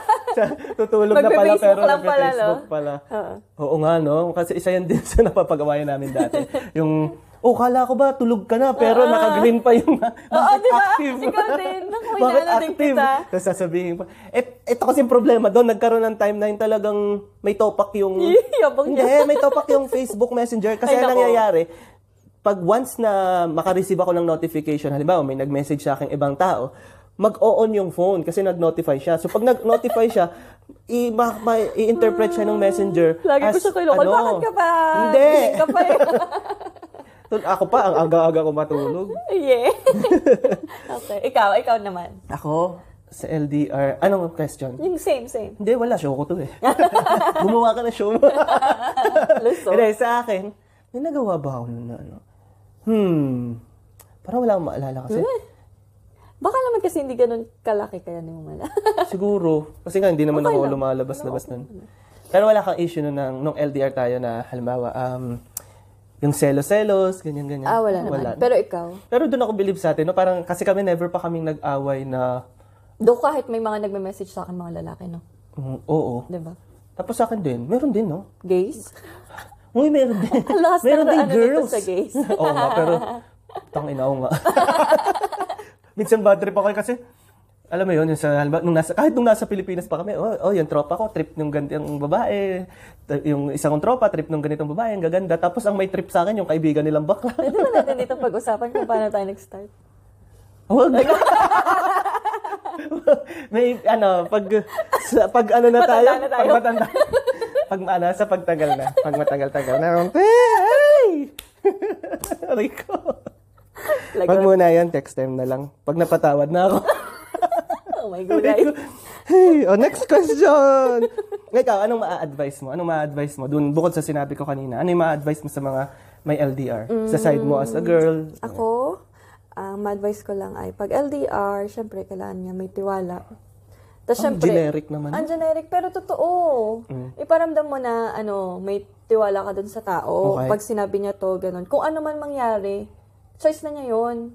Speaker 2: Tutulog na pala
Speaker 3: Magpe-Facebook
Speaker 2: pero
Speaker 3: lang pala,
Speaker 2: nagpe-Facebook
Speaker 3: no?
Speaker 2: pala.
Speaker 3: Oo.
Speaker 2: Oo nga, no? Kasi isa yan din (laughs) sa napapagawayan namin dati. yung, oh, kala ko ba tulog ka na, pero naka-green pa yung
Speaker 3: Oo,
Speaker 2: (laughs) bakit
Speaker 3: di ba?
Speaker 2: active.
Speaker 3: Ikaw din. Naku,
Speaker 2: (laughs) bakit
Speaker 3: inaano din
Speaker 2: active?
Speaker 3: kita.
Speaker 2: Tapos sasabihin pa. Et, ito kasi yung problema doon, nagkaroon ng time na yung talagang may topak yung...
Speaker 3: (laughs) Yabang
Speaker 2: Hindi,
Speaker 3: niya.
Speaker 2: may topak yung Facebook Messenger. Kasi ang
Speaker 3: Ay, nako.
Speaker 2: nangyayari, pag once na makareceive ako ng notification, halimbawa may nag-message sa akin ibang tao, mag-on yung phone kasi nag-notify siya. So pag nag-notify siya, i- ma- ma- i-interpret siya ng messenger
Speaker 3: Lagi ko
Speaker 2: as,
Speaker 3: siya kay Lokal,
Speaker 2: ano,
Speaker 3: bakit ka pa?
Speaker 2: Hindi.
Speaker 3: Gising Ka pa (laughs) eh.
Speaker 2: Tol, (laughs) Ako pa, ang aga-aga ko matulog. (laughs)
Speaker 3: yeah. okay, ikaw, ikaw naman.
Speaker 2: Ako? Sa LDR, anong question?
Speaker 3: Yung same, same.
Speaker 2: Hindi, wala. Show ko to eh. Gumawa ka na show mo.
Speaker 3: (laughs) Luso.
Speaker 2: Hindi, sa akin, may nagawa ba ako nun na ano? Hmm. Parang wala akong maalala kasi.
Speaker 3: Hmm. Baka naman kasi hindi ganun kalaki kaya ni (laughs) Mumala.
Speaker 2: Siguro. Kasi nga, hindi naman
Speaker 3: Okay
Speaker 2: ako
Speaker 3: lang.
Speaker 2: lumalabas-labas nun. Pero wala kang issue nun ng, nung LDR tayo na, halimbawa, um, yung selos-selos, ganyan-ganyan.
Speaker 3: ah, wala naman. Pero ikaw,
Speaker 2: Pero doon ako believe sa atin, no? parang kasi kami never pa kaming nag-away na,
Speaker 3: do kahit may mga nagme-message sa akin mga lalaki, no?
Speaker 2: mm, oo.
Speaker 3: Di ba?
Speaker 2: Tapos sa akin din, meron din, no?
Speaker 3: (laughs) Gays?
Speaker 2: Uy, meron
Speaker 3: (laughs)
Speaker 2: din.
Speaker 3: Ang lakas ng
Speaker 2: meron din
Speaker 3: ano dito
Speaker 2: girls.
Speaker 3: sa gays.
Speaker 2: (laughs) oo nga, pero tang ina oo nga. (laughs) Minsan bad trip ako eh, kasi alam mo yun, yung sa, halimbawa, nung nasa, kahit nung nasa Pilipinas pa kami, oh, oh yung tropa ko, trip ng ganitong babae, T- yung isang kong tropa, trip ng ganitong babae, ang gaganda. Tapos ang may trip sa akin, yung kaibigan nilang bakla.
Speaker 3: Pwede ba natin dito pag-usapan kung paano tayo nag-start? (laughs)
Speaker 2: Huwag na. May ano, pag sa, pag ano na tayo,
Speaker 3: Matanda na tayo.
Speaker 2: pag
Speaker 3: (laughs)
Speaker 2: matanda. pag ano, sa pagtagal na, pag matagal-tagal na. Hey! (laughs) Aray ko.
Speaker 3: Like,
Speaker 2: Wag muna yan, text time na lang. Pag napatawad na
Speaker 3: (laughs)
Speaker 2: ako.
Speaker 3: oh my God, guys.
Speaker 2: hey, oh, next question. Ikaw, anong ma-advise mo? Anong ma-advise mo? Dun, bukod sa sinabi ko kanina, ano yung ma-advise mo sa mga may LDR? Sa side mo as a
Speaker 3: Mm.
Speaker 2: girl?
Speaker 3: Ako, ang ma-advise ko lang ay, pag LDR, syempre, kailangan niya may tiwala. Tapos,
Speaker 2: Ang
Speaker 3: syempre,
Speaker 2: generic naman. Mm.
Speaker 3: Ang generic, pero totoo. Iparamdam mo na, ano, may tiwala ka dun sa tao.
Speaker 2: Okay.
Speaker 3: Pag sinabi niya to, ganun. Kung ano man mangyari, choice na niya yon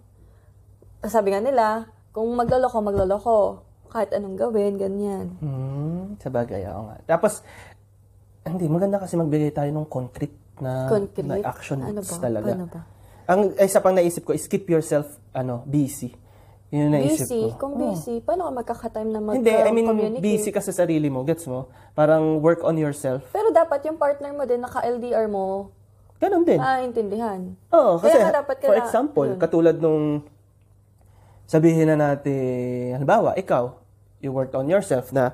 Speaker 3: Sabi nga nila, kung magloloko, magloloko. Kahit anong gawin, ganyan.
Speaker 2: Hmm,
Speaker 3: Mm-hmm.
Speaker 2: sa bagay, oo nga. Tapos, hindi, maganda kasi magbigay tayo ng concrete na,
Speaker 3: Concrete?
Speaker 2: na action
Speaker 3: Ano
Speaker 2: words
Speaker 3: ba?
Speaker 2: talaga.
Speaker 3: Paano ba?
Speaker 2: Ang isa pang naisip ko is keep yourself ano, busy. Yun yung naisip
Speaker 3: Busy.
Speaker 2: ko. Oh.
Speaker 3: Kung busy, paano ka magkaka-time na
Speaker 2: Hindi, I mean,
Speaker 3: mag-communicate?
Speaker 2: busy ka sa sarili mo. Gets mo? Parang work on yourself.
Speaker 3: Pero dapat yung partner mo din, naka-LDR mo,
Speaker 2: Ganun din.
Speaker 3: maintindihan.
Speaker 2: Oo, kasi
Speaker 3: Ah, Kaya nga dapat Mm.
Speaker 2: for
Speaker 3: kaya-
Speaker 2: example,
Speaker 3: yun.
Speaker 2: katulad nung sabihin na natin, halimbawa, ikaw, you worked on yourself na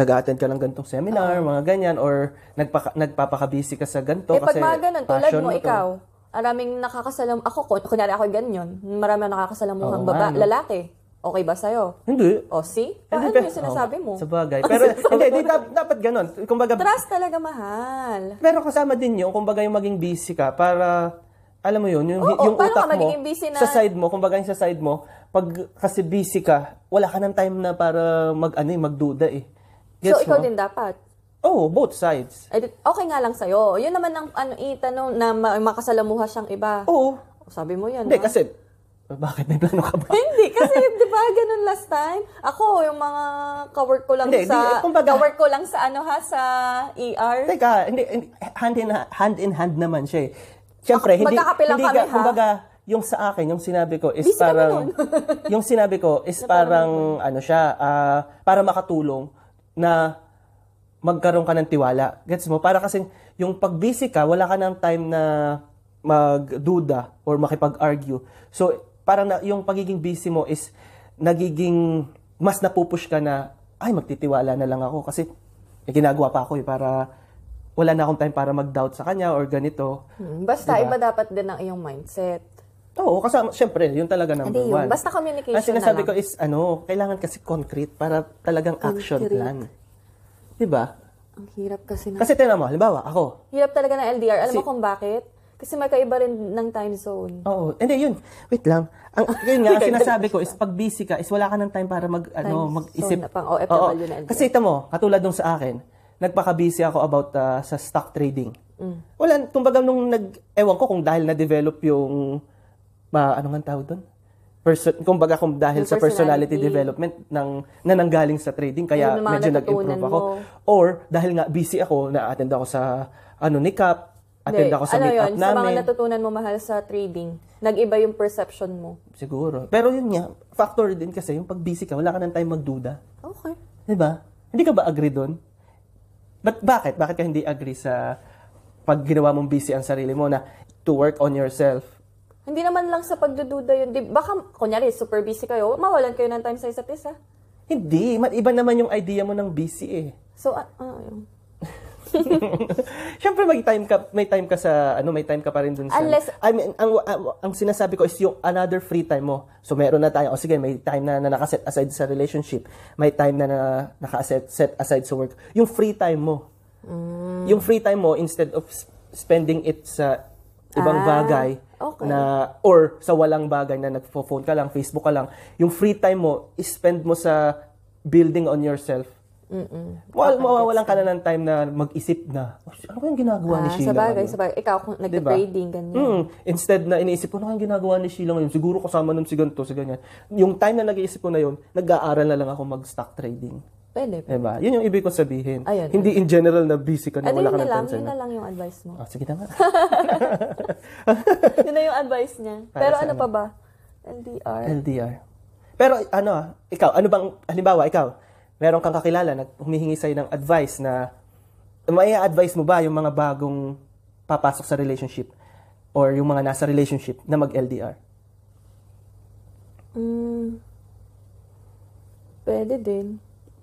Speaker 2: nag-attend ka ng gantong seminar, mga ganyan, or nagpaka, nagpapakabisi ka sa ganito
Speaker 3: eh, pag
Speaker 2: kasi
Speaker 3: mga ganun, tulad
Speaker 2: passion
Speaker 3: mo,
Speaker 2: to.
Speaker 3: ikaw, maraming nakakasalam, ako, kun- kunyari ako ganyan, maraming
Speaker 2: Oo
Speaker 3: nakakasalamuhang
Speaker 2: nga,
Speaker 3: baba,
Speaker 2: no?
Speaker 3: lalaki. Okay ba sa'yo?
Speaker 2: Hindi.
Speaker 3: O, see?
Speaker 2: Hindi,
Speaker 3: Paano
Speaker 2: pero-
Speaker 3: Ah, ano yung sinasabi mo?
Speaker 2: diba? Oo, Sa
Speaker 3: (laughs)
Speaker 2: bagay. Pero, hindi, hindi, dap- dapat ganun. Kumbaga,
Speaker 3: Trust talaga mahal.
Speaker 2: pero kasama din yung, kumbaga yung maging busy ka para, alam mo yun, yung,
Speaker 3: Oo,
Speaker 2: yung
Speaker 3: paano
Speaker 2: utak
Speaker 3: ka
Speaker 2: mo,
Speaker 3: magiging busy na-
Speaker 2: sa side mo, kumbaga yung sa side mo, pag kasi busy ka, wala ka ng time na para mag, ano, eh, magduda eh.
Speaker 3: So,
Speaker 2: Gets
Speaker 3: ikaw
Speaker 2: mo?
Speaker 3: din dapat.
Speaker 2: Oh, both sides.
Speaker 3: Eh, di- Okay nga lang sa'yo. Yun naman ang ano, itanong na ma- makasalamuha siyang iba.
Speaker 2: Oo.
Speaker 3: Sabi mo yan,
Speaker 2: Oh. Hindi,
Speaker 3: ha?
Speaker 2: kasi Bakit? May plano ka ba?
Speaker 3: (laughs) Hindi, kasi di ba ganun last time? Ako, yung mga kawork ko lang
Speaker 2: Hindi,
Speaker 3: sa...
Speaker 2: di, kumbaga-
Speaker 3: kawork ko lang sa ano ha, sa ER.
Speaker 2: Teka, hindi, hindi- hand in hand in hand naman siya. eh. Siyempre,
Speaker 3: Ako,
Speaker 2: hindi
Speaker 3: magkakape lang
Speaker 2: hindi
Speaker 3: Ah, kami, ha?
Speaker 2: kumbaga, yung sa akin, yung sinabi ko is
Speaker 3: Busy kami
Speaker 2: parang
Speaker 3: nun.
Speaker 2: (laughs) yung sinabi ko is parang ano siya, ah, para makatulong na magkaroon ka ng tiwala. Gets mo? Para kasi yung pag busy ka, wala ka ng time na magduda or makipag-argue. So, parang na, yung pagiging busy mo is nagiging mas napupush ka na ay magtitiwala na lang ako kasi eh, ginagawa pa ako eh para wala na akong time para mag-doubt sa kanya or ganito.
Speaker 3: Hmm, Basta, iba dapat din ang iyong mindset.
Speaker 2: Oo, kasi syempre, yun talaga number
Speaker 3: Hindi
Speaker 2: one.
Speaker 3: yun. Basta communication
Speaker 2: Ang sinasabi
Speaker 3: na lang.
Speaker 2: ko is, ano, kailangan kasi concrete para talagang action
Speaker 3: Concrete.
Speaker 2: plan. Di ba?
Speaker 3: Ang hirap kasi na...
Speaker 2: Kasi tingnan mo, halimbawa, ako,
Speaker 3: hirap talaga ng LDR. Alam mo
Speaker 2: Si-
Speaker 3: kung bakit? Kasi magkaiba rin ng time zone.
Speaker 2: Oo. Hindi, yun. Wait lang. Ang, yun
Speaker 3: (laughs)
Speaker 2: nga, ang sinasabi ko is pag busy ka, is wala ka ng time para mag, ano,
Speaker 3: Time
Speaker 2: mag-isip.
Speaker 3: zone na pang OFW na LDR.
Speaker 2: Kasi ito mo, katulad nung sa akin, nagpaka-busy ako about ah, sa stock trading.
Speaker 3: Mm.
Speaker 2: Wala, kumbaga nung nag, ewan ko kung dahil na-develop yung, ma, ano nga tawag doon? Person, kumbaga kung dahil
Speaker 3: Yung
Speaker 2: sa personality
Speaker 3: personality.
Speaker 2: development ng, na nanggaling sa trading, kaya
Speaker 3: Yung mga
Speaker 2: medyo
Speaker 3: natutunan
Speaker 2: nag-improve ako.
Speaker 3: mo.
Speaker 2: Or, dahil nga busy ako, na-attend ako sa, ano, ni Cap, attend
Speaker 3: Hindi,
Speaker 2: ako sa
Speaker 3: ano
Speaker 2: meetup
Speaker 3: yun,
Speaker 2: namin.
Speaker 3: Sa mga natutunan mo mahal sa trading, nag-iba yung perception mo.
Speaker 2: Siguro. Pero yun nga, factor din kasi yung pag busy ka, wala ka ng time magduda.
Speaker 3: Okay.
Speaker 2: Di ba? Hindi ka ba agree doon? But bakit? Bakit ka hindi agree sa pag ginawa mong busy ang sarili mo na to work on yourself?
Speaker 3: Hindi naman lang sa pagdududa yun. Di, baka, kunyari, super busy kayo, mawalan kayo ng time sa isa't isa.
Speaker 2: Hindi. Ma- Iba naman yung idea mo ng busy eh.
Speaker 3: So, ah, ah, yun.
Speaker 2: (laughs) Siyempre may time ka may time ka sa ano, may time ka pa rin dun sa
Speaker 3: Unless-
Speaker 2: I mean ang, ang ang sinasabi ko is yung another free time mo. So meron na tayo. O sige, may time na, na nakaset aside sa relationship, may time na, na nakaset set aside sa work. Yung free time mo.
Speaker 3: Mm.
Speaker 2: Yung free time mo instead of s- spending it sa ibang
Speaker 3: Ah,
Speaker 2: bagay
Speaker 3: okay.
Speaker 2: na or sa walang bagay na nagfo-phone ka lang, Facebook ka lang, yung free time mo spend mo sa building on yourself. Well, mawawalan ka na ng time na mag-isip na, "Oh, ano kayang ginagawa ni
Speaker 3: Ah,
Speaker 2: Sheila? Diba?
Speaker 3: sa bagay,
Speaker 2: ngayon?"
Speaker 3: sa bagay. Ikaw, kung nag-trading, ganyan.
Speaker 2: Mm, instead na iniisip ko, ano kayang ginagawa ni Sheila ngayon? Siguro kasama nun si ganito, si ganyan. Yung time na nag-iisip ko na yun, nag-aaral na lang ako mag-stock trading.
Speaker 3: Pwede.
Speaker 2: Diba? Yun yung ibig ko sabihin.
Speaker 3: Ayun.
Speaker 2: Hindi in general na busy ka na Eh,
Speaker 3: Ano
Speaker 2: wala
Speaker 3: yun
Speaker 2: ka
Speaker 3: na
Speaker 2: ng
Speaker 3: lang,
Speaker 2: time sa
Speaker 3: yun na lang yung advice mo.
Speaker 2: Ah, sige na nga.
Speaker 3: yun na yung advice niya.
Speaker 2: Para
Speaker 3: Pero
Speaker 2: sa
Speaker 3: ano
Speaker 2: ano?
Speaker 3: pa ba? LDR.
Speaker 2: LDR. Pero ano, ah, ikaw, ano bang, halimbawa, ikaw, meron kang kakilala na humihingi sa'yo ng advice na, may advice mo ba yung mga bagong papasok sa relationship or yung mga nasa relationship na mag-LDR?
Speaker 3: Mm, pwede din.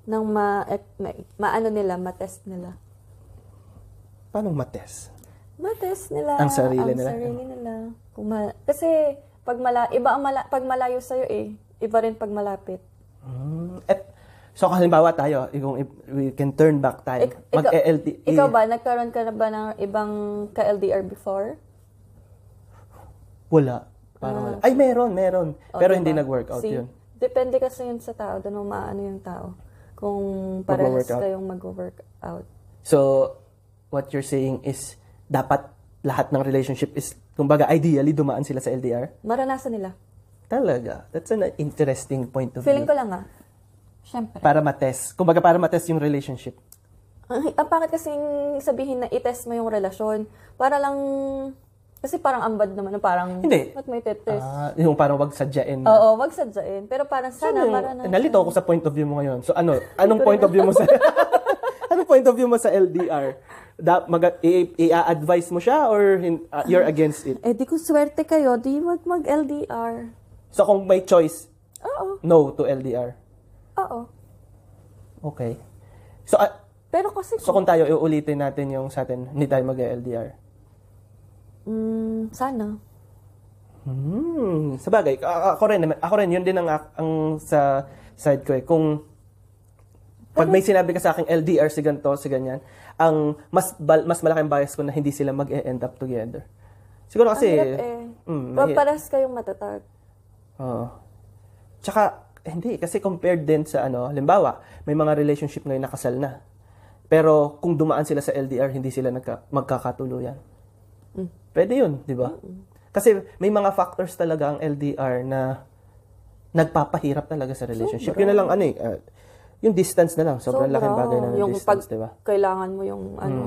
Speaker 3: Nang ma, et, ma, maano nila, matest nila.
Speaker 2: Paano mates?
Speaker 3: Matest nila.
Speaker 2: Ang sarili
Speaker 3: ang
Speaker 2: nila.
Speaker 3: sarili nila. Kung ma- kasi, pag mala, iba ang mala, pag malayo sa'yo eh. Iba rin pag malapit.
Speaker 2: Hmm. Eh, so, kung halimbawa tayo, kung if we can turn back time,
Speaker 3: Ik- ikaw-
Speaker 2: mag-LDR.
Speaker 3: Ikaw ba, nagkaroon ka na ba ng ibang ka-LDR before?
Speaker 2: Wala. Parang wala. Ay, meron, meron.
Speaker 3: O,
Speaker 2: Pero
Speaker 3: Ah. diba?
Speaker 2: hindi nag-workout
Speaker 3: See?
Speaker 2: yun.
Speaker 3: Depende kasi yun sa tao. Doon maano yung tao. Kung parehas
Speaker 2: Magwa-workout.
Speaker 3: kayong mag-workout.
Speaker 2: So, what you're saying is, dapat lahat ng relationship is, kumbaga, ideally, dumaan sila sa LDR?
Speaker 3: Maranasan nila.
Speaker 2: Talaga. That's an interesting point of
Speaker 3: Feeling
Speaker 2: view.
Speaker 3: ko lang ah. Siyempre.
Speaker 2: Para matest. Kumbaga, para matest yung relationship.
Speaker 3: Ang, ang pangit kasing sabihin na itest mo yung relasyon. Para lang, kasi parang ambad naman. no? Parang,
Speaker 2: Hindi.
Speaker 3: ba't mo itetest?
Speaker 2: Ah, yung parang wag sadyain. na-
Speaker 3: Oo, wag sadyain. Pero parang sana,
Speaker 2: Ano yung-
Speaker 3: maranasan.
Speaker 2: nalito ako sa point of view mo ngayon. So, ano? Anong point of view mo sa... (laughs) anong point of view mo sa LDR? Da, mag, i- i-advise mo siya or hin- ah, you're against it?
Speaker 3: Eh di kung swerte kayo, di wag mag-LDR.
Speaker 2: So, kung may choice,
Speaker 3: Oo,
Speaker 2: no to LDR.
Speaker 3: oo.
Speaker 2: Okay. So, ah,
Speaker 3: Pero kasi,
Speaker 2: so kung tayo, iulitin natin yung sa atin, hindi tayo mag-LDR.
Speaker 3: mm, sana.
Speaker 2: Hmm, sa bagay, a- ako rin, naman- ako rin, yun din ang, ak- ang sa side ko eh. Kung pag may sinabi ka sa akin LDR si ganito, si ganyan, ang mas bal- mas malaking bias ko na hindi sila mag-end up together. Siguro kasi
Speaker 3: Ang hirap eh.
Speaker 2: mm,
Speaker 3: Pero
Speaker 2: mahi-
Speaker 3: parehas kayong matatag.
Speaker 2: Oo. Tsaka, hindi, kasi compared din sa ano, halimbawa, may mga relationship ngayon nakasal na. Pero kung
Speaker 3: Mm.
Speaker 2: dumaan sila sa LDR, hindi sila nagka, magkakatuluyan. Pwede yun, di ba? Kasi may mga factors talaga ang LDR na nagpapahirap talaga sa relationship. Yun na lang, ano eh, uh, yung distance na lang. Sobrang
Speaker 3: Sobra.
Speaker 2: laking bagay na ng
Speaker 3: Yung
Speaker 2: distance,
Speaker 3: pag-
Speaker 2: di ba? Hmm.
Speaker 3: Kailangan mo yung ano,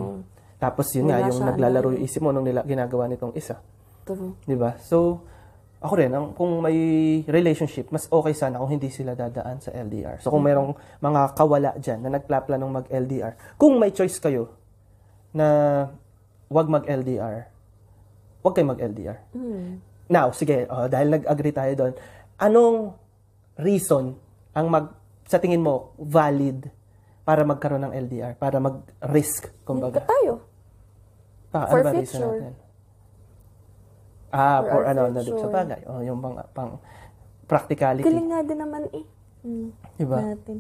Speaker 2: Tapos yun nga,
Speaker 3: Wala
Speaker 2: yung
Speaker 3: siya,
Speaker 2: naglalaro yung isip mo nung nila, ginagawa nitong isa.
Speaker 3: true.
Speaker 2: Di ba? Diba? So, ako rin, ang, kung may relationship, mas okay sana kung hindi sila dadaan sa LDR. So, kung mayroong mga kawala dyan na nagplaplanong mag-LDR, kung may choice kayo na wag mag-LDR, wag kayo mag-LDR.
Speaker 3: hmm.
Speaker 2: Now, sige, oh, dahil nag-agree tayo doon, anong reason ang mag, sa tingin mo valid para magkaroon ng LDR, para mag-risk,
Speaker 3: Ka
Speaker 2: kumbaga?
Speaker 3: tayo.
Speaker 2: Pa,
Speaker 3: For
Speaker 2: ano ba reason
Speaker 3: future.
Speaker 2: natin? Ah,
Speaker 3: For
Speaker 2: for,
Speaker 3: our
Speaker 2: ano, na
Speaker 3: future.
Speaker 2: sa bagay. Oh, yung pang, pang practicality.
Speaker 3: Galing nga din naman eh. Mm.
Speaker 2: Diba?
Speaker 3: Natin.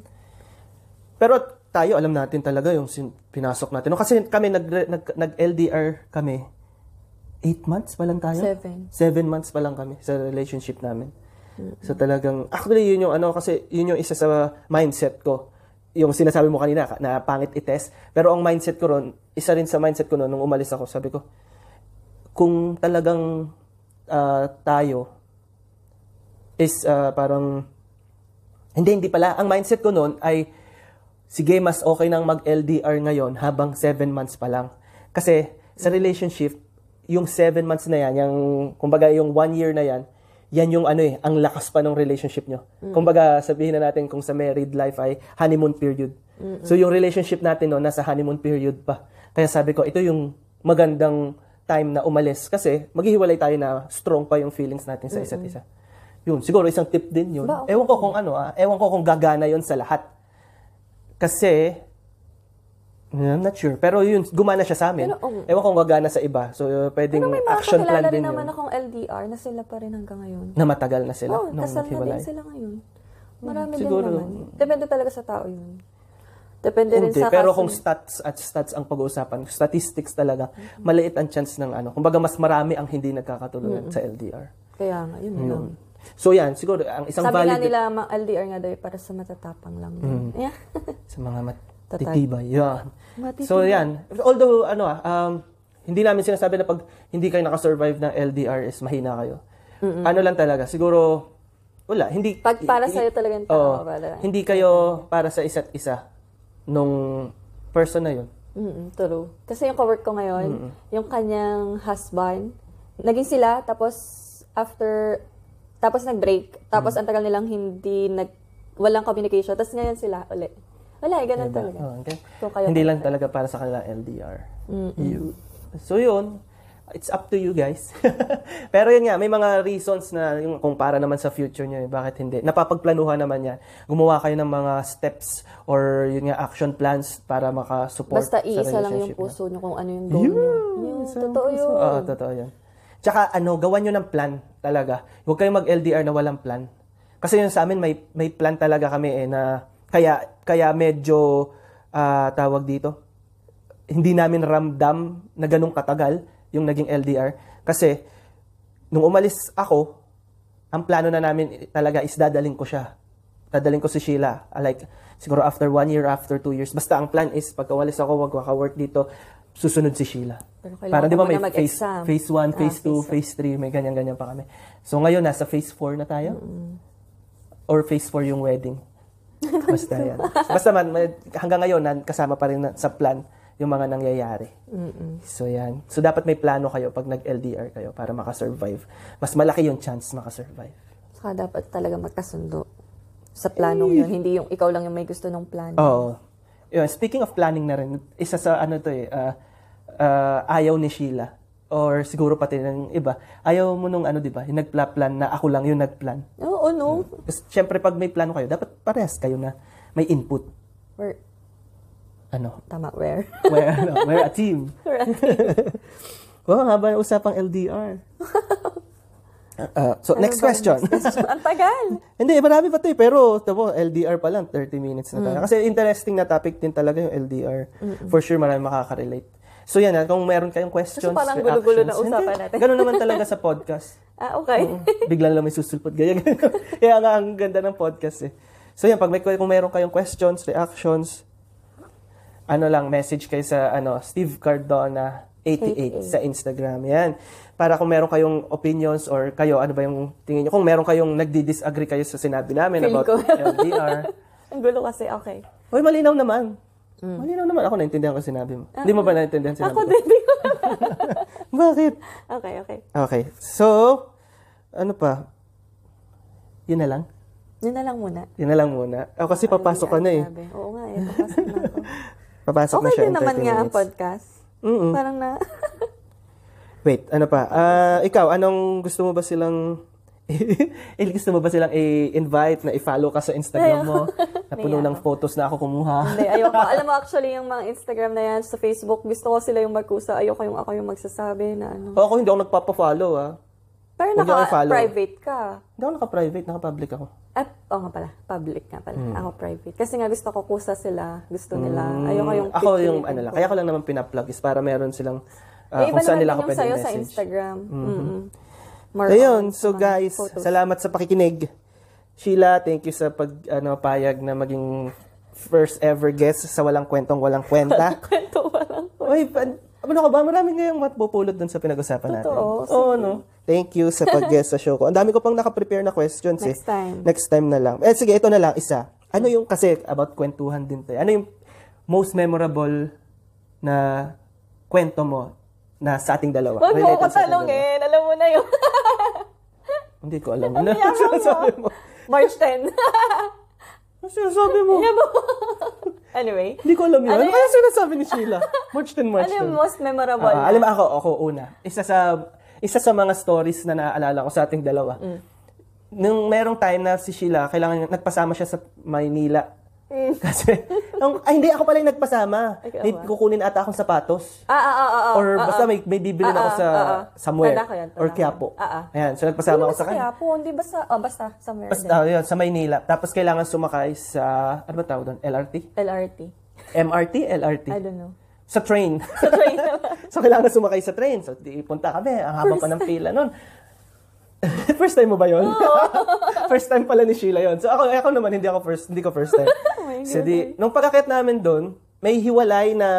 Speaker 2: Pero tayo, alam natin talaga yung sin- pinasok natin. No, kasi kami, nag, nag, nag-LDR kami, eight months pa lang tayo?
Speaker 3: Seven.
Speaker 2: Seven months pa lang kami sa relationship namin. So talagang, actually yun yung ano, kasi yun yung isa sa mindset ko. Yung sinasabi mo kanina, ka- na pangit i-test. Pero ang mindset ko ron, isa rin sa mindset ko noon, nung umalis ako, sabi ko, kung talagang ah, tayo is ah, parang hindi, hindi pala. Ang mindset ko noon ay, sige, mas okay nang mag-LDR ngayon habang 7 months pa lang. Kasi sa relationship, yung 7 months na yan, yung, kumbaga yung 1 year na yan, yan yung ano eh, ang lakas pa ng relationship nyo.
Speaker 3: Mm.
Speaker 2: Kumbaga, sabihin na natin kung sa married life ay honeymoon period. So yung relationship natin noon, nasa honeymoon period pa. Kaya sabi ko, ito yung magandang time na umalis kasi maghihiwalay tayo na strong pa yung feelings natin sa isa't isa. Yun, siguro isang tip din yun.
Speaker 3: Ba, okay.
Speaker 2: Ewan ko kung ano, ah. ewan ko kung gagana yun sa lahat. Kasi, I'm not sure. Pero yun, gumana siya sa amin.
Speaker 3: Pero, oo.
Speaker 2: Ewan ko kung gagana sa iba. So, uh, pwedeng
Speaker 3: Pero may mga
Speaker 2: action plan
Speaker 3: kakilala
Speaker 2: din
Speaker 3: rin
Speaker 2: yun.
Speaker 3: naman akong LDR na sila pa rin hanggang ngayon.
Speaker 2: Na matagal na sila
Speaker 3: Oo,
Speaker 2: nung
Speaker 3: kasal na
Speaker 2: naghiwalay. Hmm,
Speaker 3: Oh, din sila ngayon. Marami
Speaker 2: siguro.
Speaker 3: din naman. eh. Depende talaga sa tao yun. Depende rin
Speaker 2: Hindi,
Speaker 3: sa
Speaker 2: pero
Speaker 3: kaso.
Speaker 2: kung stats at stats ang pag-uusapan, statistics talaga, maliit ang chance ng ano. Kumbaga, mas marami ang hindi nagkakatulungan sa LDR.
Speaker 3: Kaya nga, yun lang.
Speaker 2: So, yan. Siguro, ang Hmm. isang
Speaker 3: Sabi nga
Speaker 2: valid Hmm.
Speaker 3: nila, mga LDR nga daw eh, para sa matatapang lang. Yeah.
Speaker 2: sa mga
Speaker 3: Tatag.
Speaker 2: matitibay. Yan.
Speaker 3: Matitibay.
Speaker 2: So, yan. Although, ano ah, um, hindi namin sinasabi na pag hindi kayo nakasurvive ng LDR is mahina kayo. Ano lang talaga, siguro, wala. Hindi,
Speaker 3: (laughs) Pag
Speaker 2: i-
Speaker 3: para
Speaker 2: i-
Speaker 3: sa'yo talaga yung
Speaker 2: Oo.
Speaker 3: tao, wala.
Speaker 2: hindi kayo para sa isa't isa nung person na yun.
Speaker 3: Mm-mm, true. Kasi yung kawork ko ngayon, yung kanyang husband, naging sila, tapos after, tapos nag-break.
Speaker 2: Mm.
Speaker 3: Tapos ang tagal nilang hindi, nag, walang communication. Tapos ngayon sila ulit. Wala, eh, ganun talaga.
Speaker 2: Oh, okay.
Speaker 3: Kung kayo-
Speaker 2: Hindi lang talaga para sa kanila LDR. You- So yun, it's up to you guys. (laughs) Pero yun nga, may mga reasons na yung kung para naman sa future nyo, eh, bakit hindi? Napapagplanuhan naman yan. Gumawa kayo ng mga steps or yun nga, action plans para makasupport sa
Speaker 3: Basta
Speaker 2: relationship
Speaker 3: iisa lang yung
Speaker 2: nyo.
Speaker 3: puso nyo kung ano yung goal nyo. Yun,
Speaker 2: Isang
Speaker 3: totoo
Speaker 2: puso. Ah,
Speaker 3: yun.
Speaker 2: Oo, totoo yun. Tsaka ano, gawan nyo ng plan talaga. Huwag kayong mag-LDR na walang plan. Kasi yun sa amin, may, may plan talaga kami eh na kaya, kaya medyo ah, tawag dito. Hindi namin ramdam na ganun katagal yung naging LDR. Kasi nung umalis ako, ang plano na namin talaga is dadaling ko siya. Dadaling ko si Sheila. Ah, Like, siguro after one year, after two years. Basta ang plan is, pagka umalis ako, wag waka-work dito, susunod si Sheila.
Speaker 3: Pero kailangan
Speaker 2: Para di ba
Speaker 3: ko
Speaker 2: may
Speaker 3: muna
Speaker 2: phase,
Speaker 3: mag-exam.
Speaker 2: phase 1,
Speaker 3: Ah,
Speaker 2: phase 2,
Speaker 3: phase
Speaker 2: phase 3, may ganyan-ganyan pa kami. So ngayon, nasa phase 4 na tayo? Or phase 4 yung wedding? Basta yan. Basta man, may- hanggang ngayon, nan- kasama pa rin na- sa plan yung mga nangyayari. So yan. So dapat may plano kayo pag nag-LDR kayo para makasurvive. Mas malaki yung chance makasurvive.
Speaker 3: Saka dapat talaga magkasundo sa planong yun. Hindi yung ikaw lang yung may gusto ng plano.
Speaker 2: Eh. Oo. Yun, speaking of planning na rin, isa sa ano to eh, ah, ah, ayaw ni Sheila or siguro pati ng iba. Ayaw mo nung ano, 'di ba? Yung nagpla-plan na ako lang yung nagplan.
Speaker 3: Oo, no?
Speaker 2: Kasi syempre pag may plano kayo, dapat parehas kayo na may input.
Speaker 3: Where?
Speaker 2: Ano?
Speaker 3: Tama, where? (laughs)
Speaker 2: We're, (laughs) ano, we're a team. Wow, ang haba ng usapang LDR. Ah, ah, so, next
Speaker 3: Ano ba ang (laughs)
Speaker 2: question.
Speaker 3: Ang tagal!
Speaker 2: Hindi, marami pa to eh. Pero, tamo, LDR pa lang, 30 minutes na
Speaker 3: Mm.
Speaker 2: tayo. Kasi interesting na topic din talaga yung LDR. For sure, marami makaka-relate. So yan, ah, kung meron kayong questions,
Speaker 3: Kasi parang
Speaker 2: reactions,
Speaker 3: gulo-gulo na usapan
Speaker 2: hindi,
Speaker 3: natin.
Speaker 2: Ganun naman talaga
Speaker 3: (laughs)
Speaker 2: sa podcast.
Speaker 3: Ah, okay.
Speaker 2: Bigla lang may susulpot. Ganyan, ganyan. (laughs) Kaya nga, ang ganda ng podcast eh. So yan, pag may, kung meron kayong questions, reactions, ano lang, message kayo sa ano, Steve Cardona 88 sa Instagram. Yan. Para kung meron kayong opinions or kayo, ano ba yung tingin nyo? Kung meron kayong nagdi-disagree kayo sa sinabi namin
Speaker 3: Feeling
Speaker 2: about
Speaker 3: ko.
Speaker 2: LDR.
Speaker 3: Ang gulo kasi, okay.
Speaker 2: Hoy, malinaw naman. Malinaw naman. Ako naintindihan ko sinabi mo. Hindi mo ba naintindihan sinabi
Speaker 3: Mm. Ah. Ako
Speaker 2: ko?
Speaker 3: din. di ko.
Speaker 2: Bakit?
Speaker 3: okay, okay.
Speaker 2: Okay. So, ano pa? Yun na lang.
Speaker 3: Yun na lang muna.
Speaker 2: Yun na lang muna. Oh, kasi papasok ka na eh.
Speaker 3: Sabi. Oo nga eh, papasok na ako.
Speaker 2: Papasok na
Speaker 3: okay
Speaker 2: siya
Speaker 3: din
Speaker 2: in 30
Speaker 3: naman nga ang
Speaker 2: minutes.
Speaker 3: podcast.
Speaker 2: Mm-mm.
Speaker 3: Parang na, (laughs)
Speaker 2: Wait, ano pa? Ah, ikaw, anong gusto mo ba silang (laughs) eh, gusto mo ba silang i-invite na i-follow ka sa Instagram mo?
Speaker 3: (laughs)
Speaker 2: Napuno ng photos na ako kumuha.
Speaker 3: hindi, ayoko. Alam mo, actually, yung mga Instagram na yan, sa Facebook, gusto ko sila yung magkusa. Ayoko yung ako yung magsasabi na ano.
Speaker 2: O (laughs) ako hindi ako nagpapa-follow ah.
Speaker 3: Pero
Speaker 2: Huwag niyo akong follow.
Speaker 3: naka-private ka.
Speaker 2: Hindi ako naka-private, naka-public ako.
Speaker 3: At, oo nga pala, public nga pala.
Speaker 2: Mm.
Speaker 3: Ako private. Kasi nga gusto ko kusa sila, gusto nila. Ayoko yung
Speaker 2: Ako
Speaker 3: pipiliin
Speaker 2: yung ano lang,
Speaker 3: ko.
Speaker 2: kaya ko lang naman pina-plug is para meron silang ah,
Speaker 3: May iba
Speaker 2: kung saan
Speaker 3: naman
Speaker 2: nila
Speaker 3: din
Speaker 2: ako
Speaker 3: yung
Speaker 2: pwede Mm-hmm.
Speaker 3: sa'yo sa
Speaker 2: message.
Speaker 3: Instagram. Mm-hmm. Mm-mm. More
Speaker 2: Ayun,
Speaker 3: on
Speaker 2: so
Speaker 3: mga
Speaker 2: guys,
Speaker 3: photos.
Speaker 2: salamat sa pakikinig. Sheila, thank you sa pag ano payag na maging first ever guest sa walang kwentong walang kwenta.
Speaker 3: Kwento walang
Speaker 2: Uy, pan- ano ka ba? Marami ngayong matpupulot dun sa pinag-usapan natin.
Speaker 3: Totoo,
Speaker 2: Oo, no? Thank you sa pag-guest sa show ko. Ang dami ko pang nakaprepare na questions eh.
Speaker 3: Next time.
Speaker 2: Next time na lang. Eh, sige, ito na lang, isa. Ano yung, kasi about kwentuhan din tayo. Ano yung most memorable na kwento mo na sa ating dalawa?
Speaker 3: Huwag mo
Speaker 2: Related sa
Speaker 3: ko
Speaker 2: ating dalawa.
Speaker 3: talungin. Alam mo na (laughs) yun.
Speaker 2: Hindi ko alam. Ano
Speaker 3: Ang yaman mo.
Speaker 2: (laughs) sinasabi mo?
Speaker 3: March (laughs) 10.
Speaker 2: Ano sinasabi mo?
Speaker 3: Alam mo. (laughs) anyway.
Speaker 2: Hindi ko alam yun.
Speaker 3: Ano
Speaker 2: Ano kaya sinasabi ni Sheila? March 10, March
Speaker 3: Ano
Speaker 2: 10.
Speaker 3: yung most memorable?
Speaker 2: Ah, alam mo ako, ako una. Isa sa isa sa mga stories na naaalala ko sa ating dalawa.
Speaker 3: Mm.
Speaker 2: Nung merong time na si Sheila, kailangan niya- nagpasama siya sa Maynila.
Speaker 3: Mm.
Speaker 2: (laughs) Kasi, nung, ay hindi, ako pala yung nagpasama.
Speaker 3: Ikaw
Speaker 2: Need
Speaker 3: ah.
Speaker 2: kukunin ata akong sapatos.
Speaker 3: ah, ah, ah, ah, ah,
Speaker 2: Or
Speaker 3: ah, ah.
Speaker 2: basta may, may bibilin
Speaker 3: Ah,
Speaker 2: ako
Speaker 3: ah,
Speaker 2: sa
Speaker 3: ah, ah.
Speaker 2: somewhere.
Speaker 3: Tanda ko yan, tanda
Speaker 2: or
Speaker 3: ko yan.
Speaker 2: Quiapo.
Speaker 3: Ah, ah.
Speaker 2: Ayan, so
Speaker 3: Hindi
Speaker 2: nagpasama ako
Speaker 3: naman
Speaker 2: sa
Speaker 3: sa
Speaker 2: kanya.
Speaker 3: Quiapo, hindi basta, oh, basta, somewhere
Speaker 2: Basta,
Speaker 3: din.
Speaker 2: oh, yun, sa Maynila. Tapos kailangan sumakay sa, ano ba tawag doon? LRT?
Speaker 3: LRT.
Speaker 2: MRT? LRT?
Speaker 3: I
Speaker 2: (laughs)
Speaker 3: don't know.
Speaker 2: Sa train.
Speaker 3: Sa train naman.
Speaker 2: (laughs) so, kailangan sumakay sa train. So, di punta kami. Ang haba pa ng pila nun. (laughs) first time mo ba yun? (laughs) first time pala ni Sheila yun. So, ako, ako naman, hindi ako first, hindi ko first
Speaker 3: (laughs)
Speaker 2: time.
Speaker 3: Oh my
Speaker 2: so, di, nung pagkakit namin dun, may hiwalay na,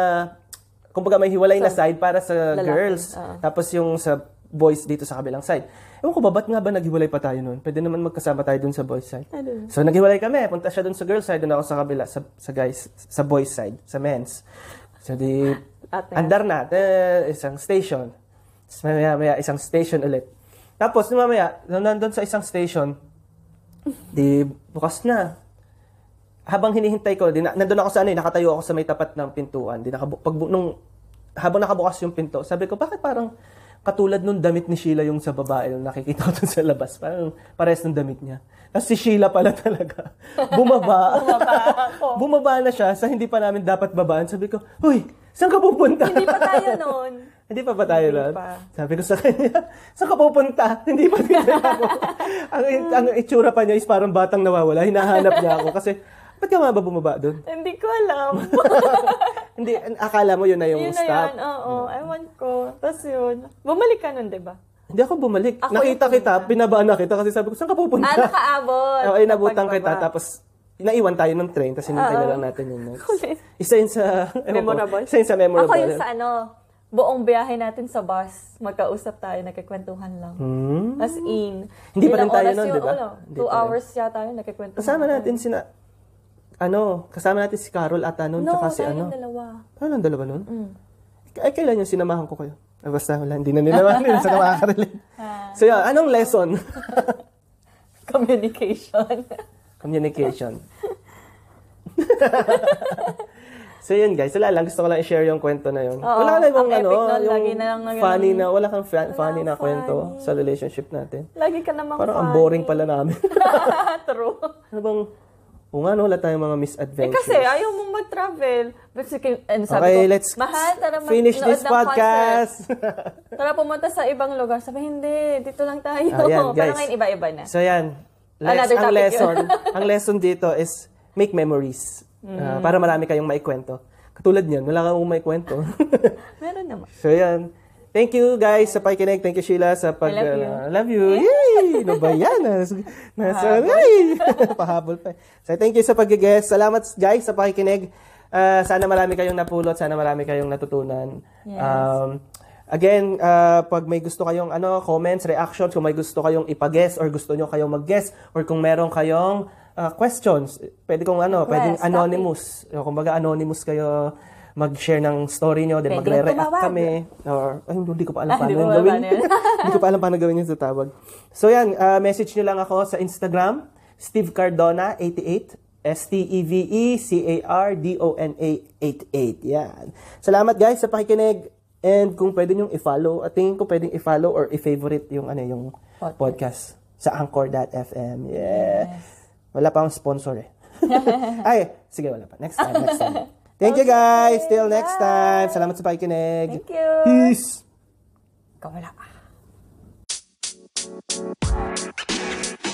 Speaker 2: kumbaga may hiwalay na side para sa
Speaker 3: lalaki, Ah.
Speaker 2: girls.
Speaker 3: oo.
Speaker 2: Tapos yung sa boys dito sa kabilang side. Ewan ko ba, ba't nga ba naghiwalay pa tayo nun? Pwede naman magkasama tayo dun sa boys side.
Speaker 3: I don't know.
Speaker 2: So naghiwalay kami, punta siya dun sa girls side, dun ako sa kabila, sa, sa guys, sa boys side, sa men's. So di,
Speaker 3: Ate.
Speaker 2: andar natin, isang station. Tapos mamaya, maya, isang station ulit. Tapos nung mamaya, nung nandun sa isang station, di bukas na. Habang hinihintay ko, di, na- nandun ako sa ano, eh, nakatayo ako sa may tapat ng pintuan. Di, nakabu- pag, nung, habang nakabukas yung pinto, sabi ko, bakit parang katulad nung damit ni Sheila yung sa babae nung nakikita ko dun sa labas. Parang pares ng damit niya. Tapos si Sheila pala
Speaker 3: (laughs)
Speaker 2: talaga. Bumaba. Bumaba (laughs) na siya sa hindi pa namin dapat babaan. Sabi ko, Uy, saan ka pupunta?
Speaker 3: Hindi pa tayo noon.
Speaker 2: Hindi pa ba tayo
Speaker 3: Hindi
Speaker 2: nun?
Speaker 3: pa.
Speaker 2: Sabi ko sa kanya, (laughs) saan ka pupunta? (laughs) Hindi pa din
Speaker 3: (laughs)
Speaker 2: ako. ang, ang itsura pa niya is parang batang nawawala. Hinahanap niya ako kasi, ba't ka nga ba bumaba doon?
Speaker 3: Hindi ko (laughs) alam.
Speaker 2: Hindi, an- akala mo yun na yung
Speaker 3: yun na
Speaker 2: stop.
Speaker 3: yan, oo. Ewan ko. Tapos yun. Bumalik ka nun, di ba?
Speaker 2: Hindi ako bumalik.
Speaker 3: Ako
Speaker 2: Nakita
Speaker 3: yung
Speaker 2: kita, pinabaan na kita kasi sabi ko, saan ka pupunta?
Speaker 3: Ah, nakaabot.
Speaker 2: (laughs) Oo, inabutan
Speaker 3: Pagbaba.
Speaker 2: kita. Tapos, naiwan tayo ng train. Tapos, hinintay na
Speaker 3: Oo.
Speaker 2: lang natin yung next.
Speaker 3: Kulit.
Speaker 2: Isa yun sa... ewan ko,
Speaker 3: Memorable?
Speaker 2: Isa yun Ano sa memorable.
Speaker 3: Ako yung sa ano, buong biyahe natin sa bus, magkausap tayo, nagkikwentuhan lang.
Speaker 2: Hmm?
Speaker 3: As in.
Speaker 2: Hindi pa rin
Speaker 3: ilang
Speaker 2: tayo
Speaker 3: oras
Speaker 2: nun,
Speaker 3: yun,
Speaker 2: di ba?
Speaker 3: ano,
Speaker 2: Hindi pa
Speaker 3: Two
Speaker 2: rin.
Speaker 3: hours yata yun, nagkikwentuhan.
Speaker 2: Kasama natin sina... Ano, kasama natin si Carol ata noon,
Speaker 3: No,
Speaker 2: tsaka si
Speaker 3: tayo
Speaker 2: ano.
Speaker 3: yung dalawa. (laughs)
Speaker 2: Ano ang dalawa nun?
Speaker 3: Mm.
Speaker 2: Ay, kailan yung sinamahan ko kayo? Ay, basta wala, hindi na nila nila sa
Speaker 3: (laughs)
Speaker 2: nakaka-relate.
Speaker 3: Ah.
Speaker 2: So, yun, anong lesson? (laughs)
Speaker 3: Communication. (laughs)
Speaker 2: Communication. (laughs) so, yun guys, wala lang. Gusto ko lang i-share yung kwento na yun.
Speaker 3: Oo,
Speaker 2: wala ka na ibang
Speaker 3: ang
Speaker 2: ano,
Speaker 3: epic nun,
Speaker 2: yung
Speaker 3: lagi na lang na ganun.
Speaker 2: funny na, wala kang fa- funny na
Speaker 3: funny.
Speaker 2: kwento sa relationship natin.
Speaker 3: Lagi ka namang
Speaker 2: Parang ang
Speaker 3: funny.
Speaker 2: boring pala namin.
Speaker 3: (laughs)
Speaker 2: (laughs)
Speaker 3: True.
Speaker 2: ano bang, o nga, no, wala tayong mga
Speaker 3: Eh
Speaker 2: misadventures.
Speaker 3: kasi ayaw mong mag-travel. But sige, and sabi
Speaker 2: okay,
Speaker 3: ko,
Speaker 2: let's
Speaker 3: mahal, tara mag-
Speaker 2: finish
Speaker 3: nood
Speaker 2: this
Speaker 3: ng concert.
Speaker 2: podcast. (laughs)
Speaker 3: Tara pumunta sa ibang lugar. Sabi, hindi, dito lang tayo.
Speaker 2: Ayan, guys.
Speaker 3: (laughs) Parang ngayon iba-iba na.
Speaker 2: So yan, les-
Speaker 3: Another
Speaker 2: ang
Speaker 3: topic (laughs)
Speaker 2: lesson,
Speaker 3: yun.
Speaker 2: ang lesson dito is make memories.
Speaker 3: Mm.
Speaker 2: Ah, para marami kayong maikwento. Katulad niyan, wala kang (laughs) maikwento.
Speaker 3: Meron naman.
Speaker 2: so yan. Thank you guys sa pakikinig. Thank you Sheila sa pag
Speaker 3: I love you.
Speaker 2: ah, love you. Yay! Ano ba yan? Nas, nasa, ay! (laughs) Pahabol pa. So thank you sa pag-guest. Salamat guys sa pakikinig. Ah, sana marami kayong napulot, sana marami kayong natutunan.
Speaker 3: Yes.
Speaker 2: Um, Again, ah, pag may gusto kayong ano, comments, reactions, kung may gusto kayong ipa-guess or gusto nyo kayong mag-guess or kung meron kayong ah, questions, pwede kong ano,
Speaker 3: Request,
Speaker 2: pwedeng
Speaker 3: topic.
Speaker 2: anonymous. O, kumbaga anonymous kayo mag-share ng story nyo, then
Speaker 3: Pwede
Speaker 2: magre-react
Speaker 3: tumawag.
Speaker 2: kami. Or, ay, hindi ko pa alam
Speaker 3: Ah,
Speaker 2: paano
Speaker 3: hindi mo
Speaker 2: yung
Speaker 3: alam
Speaker 2: gawin.
Speaker 3: paano yun.
Speaker 2: Hindi ko pa alam paano gawin yung sa tawag. So yan, ah, message nyo lang ako sa Instagram, Steve Cardona 88 E S-T-E-V-E-C-A-R-D-O-N-A 88. Yan. Salamat guys sa pakikinig. And kung pwede nyo i-follow, at tingin ko pwedeng i-follow or i-favorite yung, ano, yung podcast,
Speaker 3: Podcast.
Speaker 2: sa Anchor.fm. Yeah. Wala pa akong sponsor
Speaker 3: (laughs)
Speaker 2: eh. Ay, sige, wala pa. Next time, next time. Thank you guys. Till next time. Salamat sa pakikinig.
Speaker 3: Thank you.
Speaker 2: Peace.
Speaker 3: Ikaw wala.